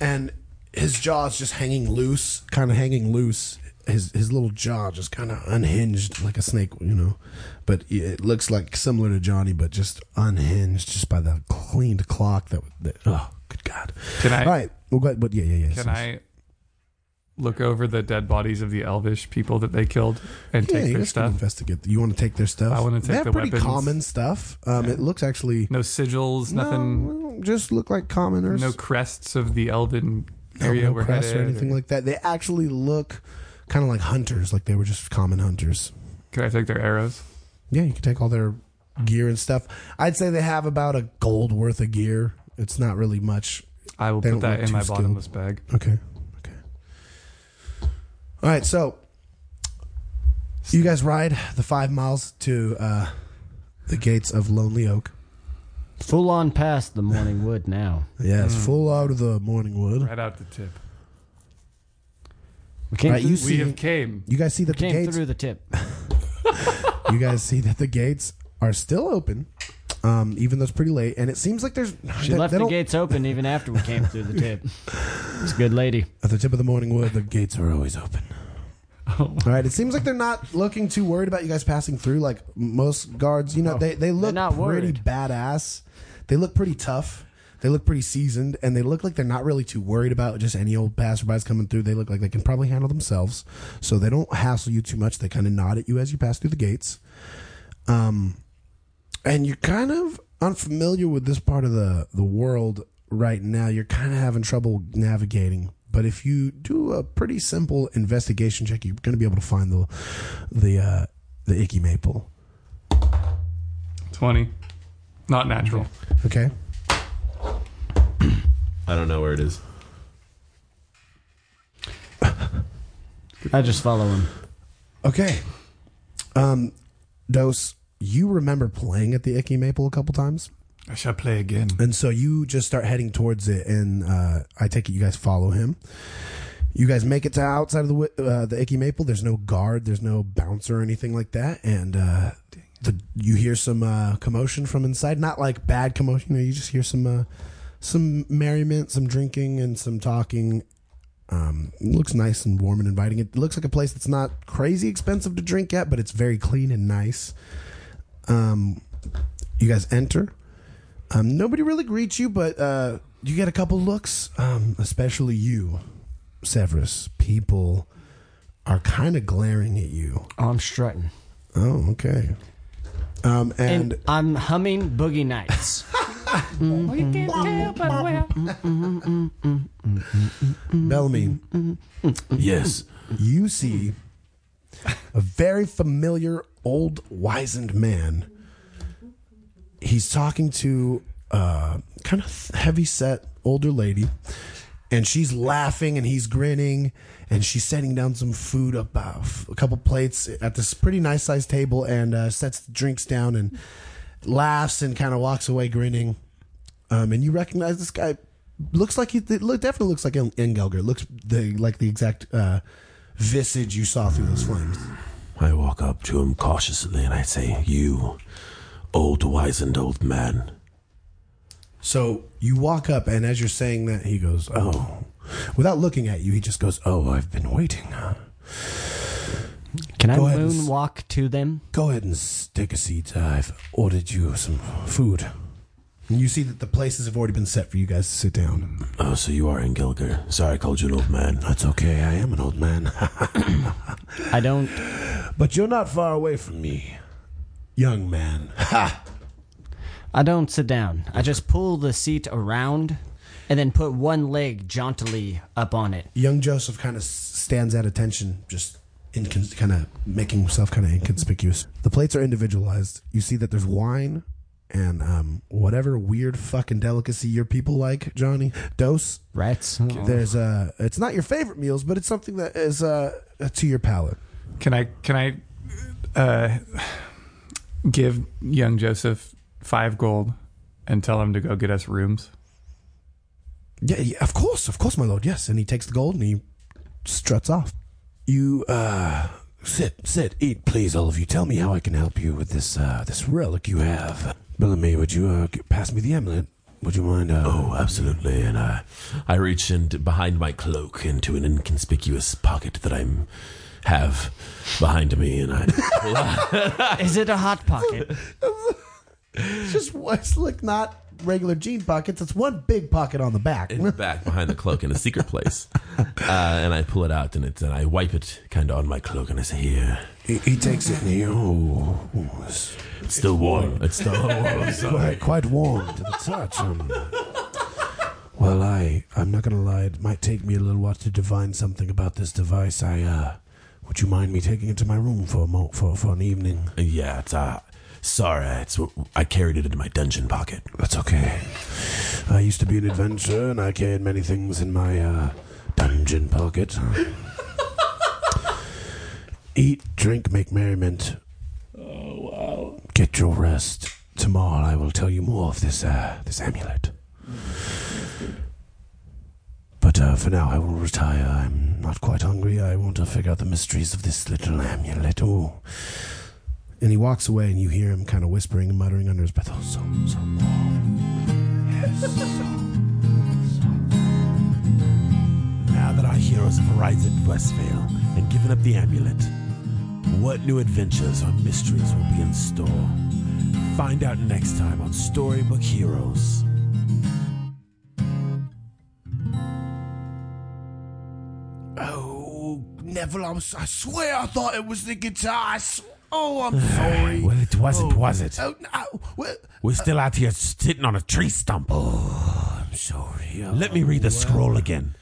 Speaker 3: and his jaw's just hanging loose, kind of hanging loose. his his little jaw just kind of unhinged like a snake, you know. But it looks like similar to Johnny, but just unhinged, just by the cleaned clock that. that oh, good God!
Speaker 5: Can I-
Speaker 3: All right, well, go ahead, but yeah, yeah, yeah.
Speaker 5: Can
Speaker 3: so-
Speaker 5: I look over the dead bodies of the elvish people that they killed and
Speaker 3: Yeah,
Speaker 5: take
Speaker 3: you guys
Speaker 5: their
Speaker 3: can
Speaker 5: stuff?
Speaker 3: investigate. You want to take their stuff?
Speaker 5: I wanna take
Speaker 3: They have
Speaker 5: the
Speaker 3: pretty
Speaker 5: weapons.
Speaker 3: common stuff. Um, It looks actually
Speaker 5: No sigils,
Speaker 3: No,
Speaker 5: nothing,
Speaker 3: just look like
Speaker 5: no,
Speaker 3: commoners.
Speaker 5: crests of the elven
Speaker 3: No-
Speaker 5: area
Speaker 3: no
Speaker 5: we're
Speaker 3: crests
Speaker 5: headed.
Speaker 3: or anything like that. They actually look kind of like hunters, like they were just common hunters.
Speaker 5: Can I take their arrows?
Speaker 3: Yeah, you can take all their gear and stuff. I'd say they have about a gold worth of gear. It's not really much.
Speaker 5: I will
Speaker 3: They don't
Speaker 5: put that
Speaker 3: look
Speaker 5: in
Speaker 3: too
Speaker 5: my
Speaker 3: skilled.
Speaker 5: bottomless bag.
Speaker 3: Okay. Okay. All right, so you guys ride the five miles to uh, the gates of Lonely Oak.
Speaker 9: Full on past the morning wood now.
Speaker 3: Yeah,
Speaker 5: Mm.
Speaker 3: it's full out of the morning wood.
Speaker 5: Right out the tip.
Speaker 9: We came,
Speaker 3: Right,
Speaker 9: through,
Speaker 3: you
Speaker 5: We
Speaker 3: see,
Speaker 5: have came.
Speaker 3: you guys see that the
Speaker 9: came
Speaker 3: gates
Speaker 9: through the tip.
Speaker 3: you guys see that the gates are still open, um, even though it's pretty late. And it seems like there's
Speaker 9: She
Speaker 3: they-
Speaker 9: left
Speaker 3: they
Speaker 9: the
Speaker 3: don't-
Speaker 9: gates open even after we came through the tip. It's a good lady.
Speaker 3: at the tip of the morning wood. The gates are always open.
Speaker 9: Oh
Speaker 3: All right. It seems like they're not looking too worried about you guys passing through. Like most guards, you know, they they look
Speaker 9: Oh, not
Speaker 3: pretty
Speaker 9: worried.
Speaker 3: badass. They look pretty tough. They look pretty seasoned, and they look like they're not really too worried about just any old passerby's coming through. They look like they can probably handle themselves, so they don't hassle you too much. They kind of nod at you as you pass through the gates. and you're kind of unfamiliar with this part of the the world right now you're kind of having trouble navigating but if you do a pretty simple investigation check you're going to be able to find the the uh the icky maple
Speaker 5: 20. Not natural.
Speaker 3: okay
Speaker 6: I don't know where it is.
Speaker 9: I just follow him.
Speaker 3: okay um dose you remember playing at the icky maple a couple times
Speaker 5: I shall play again.
Speaker 3: And so you just start heading towards it, and uh, I take it you guys follow him. You guys make it to outside of the wi- uh, the Icky Maple. There's no guard, there's no bouncer or anything like that, and uh, the, you hear some uh, commotion from inside. Not like bad commotion, you, know, you just hear some uh, some merriment, some drinking, and some talking. Um, it looks nice and warm and inviting. It looks like a place that's not crazy expensive to drink at, but it's very clean and nice. Um, you guys enter. Um, nobody really greets you, but uh, you get a couple looks, um, especially you, Severus. People are kind of glaring at you.
Speaker 9: Oh, I'm strutting.
Speaker 3: Oh, okay. Um, and,
Speaker 9: And I'm humming Boogie Nights.
Speaker 3: Bellamy,
Speaker 6: Yes.
Speaker 3: you see a very familiar old wizened man. He's talking to uh, kind of heavy set older lady, and she's laughing and he's grinning, and she's setting down some food up uh, f- a couple plates at this pretty nice sized table, and uh, sets the drinks down and laughs and kind of walks away grinning. Um, and you recognize this guy looks like he it look, definitely looks like Engelger. Looks the like the exact uh, visage you saw through those flames.
Speaker 6: I walk up to him cautiously and I say, You, old wizened old man.
Speaker 3: So you walk up, and as you're saying that, he goes, "Oh," without looking at you, he just goes, "Oh, I've been waiting.
Speaker 9: Can I
Speaker 3: Go ahead and s-
Speaker 9: moonwalk to them?
Speaker 3: Go ahead and s- take a seat. I've ordered you some food." And you see that the places have already been set for you guys to sit down.
Speaker 6: Oh, so you are in Gilger. Sorry I called you an old man.
Speaker 3: That's okay. I am an old man,
Speaker 9: I don't.
Speaker 3: but you're not far away from me, young man.
Speaker 9: I don't sit down. I just pull the seat around, and then put one leg jauntily up on it.
Speaker 3: young Joseph kind of stands at attention, just incons- kind of making himself kind of inconspicuous. The plates are individualized. You see that there's wine and um, whatever weird fucking delicacy your people like, Johnny. Dose.
Speaker 9: Rats.
Speaker 3: There's uh, it's not your favorite meals, but it's something that is uh, to your palate.
Speaker 5: Can I can I uh, give young Joseph five gold and tell him to go get us rooms?
Speaker 3: Yeah, yeah, of course, of course, my lord. Yes, and he takes the gold and he struts off.
Speaker 6: You, uh, sit, sit, eat, please, all of you. Tell me how I can help you with this, uh, this relic you have.
Speaker 3: Bellamy, would you uh, g- pass me the amulet? Would you mind? Uh,
Speaker 6: Oh, absolutely. And I, I reach in behind my cloak into an inconspicuous pocket that I'm have behind me, and I
Speaker 4: Is it a hot pocket?
Speaker 3: It's just it's like not regular jean pockets. It's one big pocket on the back.
Speaker 6: in the back behind the cloak in a secret place, uh, and I pull it out and it's and I wipe it kind of on my cloak and I say, "Here,
Speaker 7: He, he takes it and he. Oh, it's
Speaker 6: it's still warm. It's still warm." So
Speaker 7: quite, quite warm to the touch. Um, well, I, I'm not going to lie. It might take me a little while to divine something about this device. I, uh, would you mind me taking it to my room for a mo- for, for an evening?
Speaker 6: yeah, it's uh, sorry, it's I carried it in my dungeon pocket.
Speaker 7: That's okay. I used to be an adventurer, and I carried many things in my uh, dungeon pocket. Eat, drink, make merriment. Oh wow! Get your rest. Tomorrow, I will tell you more of this uh, this amulet. But uh, for now, I will retire. I'm not quite hungry. I want to figure out the mysteries of this little amulet. Oh.
Speaker 3: And he walks away, and you hear him kind of whispering and muttering under his breath. Oh, so, so warm. Yes, so, so."
Speaker 6: Now that our heroes have arrived at Westvale and given up the amulet, what new adventures or mysteries will be in store? Find out next time on Storybook Heroes.
Speaker 7: Oh, Neville, I'm, si swear I thought it was the guitar. I sw- oh, I'm sorry.
Speaker 6: Well, it wasn't,
Speaker 7: Oh,
Speaker 6: was it?
Speaker 7: Oh, no. Well,
Speaker 6: We're still out here sitting on a tree stump.
Speaker 7: I'm sorry. Oh,
Speaker 6: Let me read the scroll again.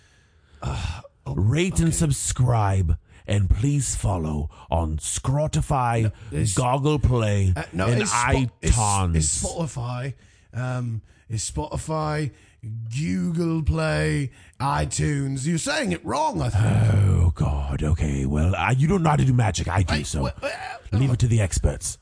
Speaker 6: Oh, Rate and subscribe, and please follow on Scrotify, Goggle Play, and
Speaker 7: Uh, it's Spo-
Speaker 6: iTunes.
Speaker 7: It's, it's Spotify. Um, it's Spotify, Google Play, iTunes. You're saying it wrong, I think.
Speaker 6: Oh God. Okay. Well, uh, you don't know how to do magic. I do. so
Speaker 7: well, uh,
Speaker 6: leave it to the experts.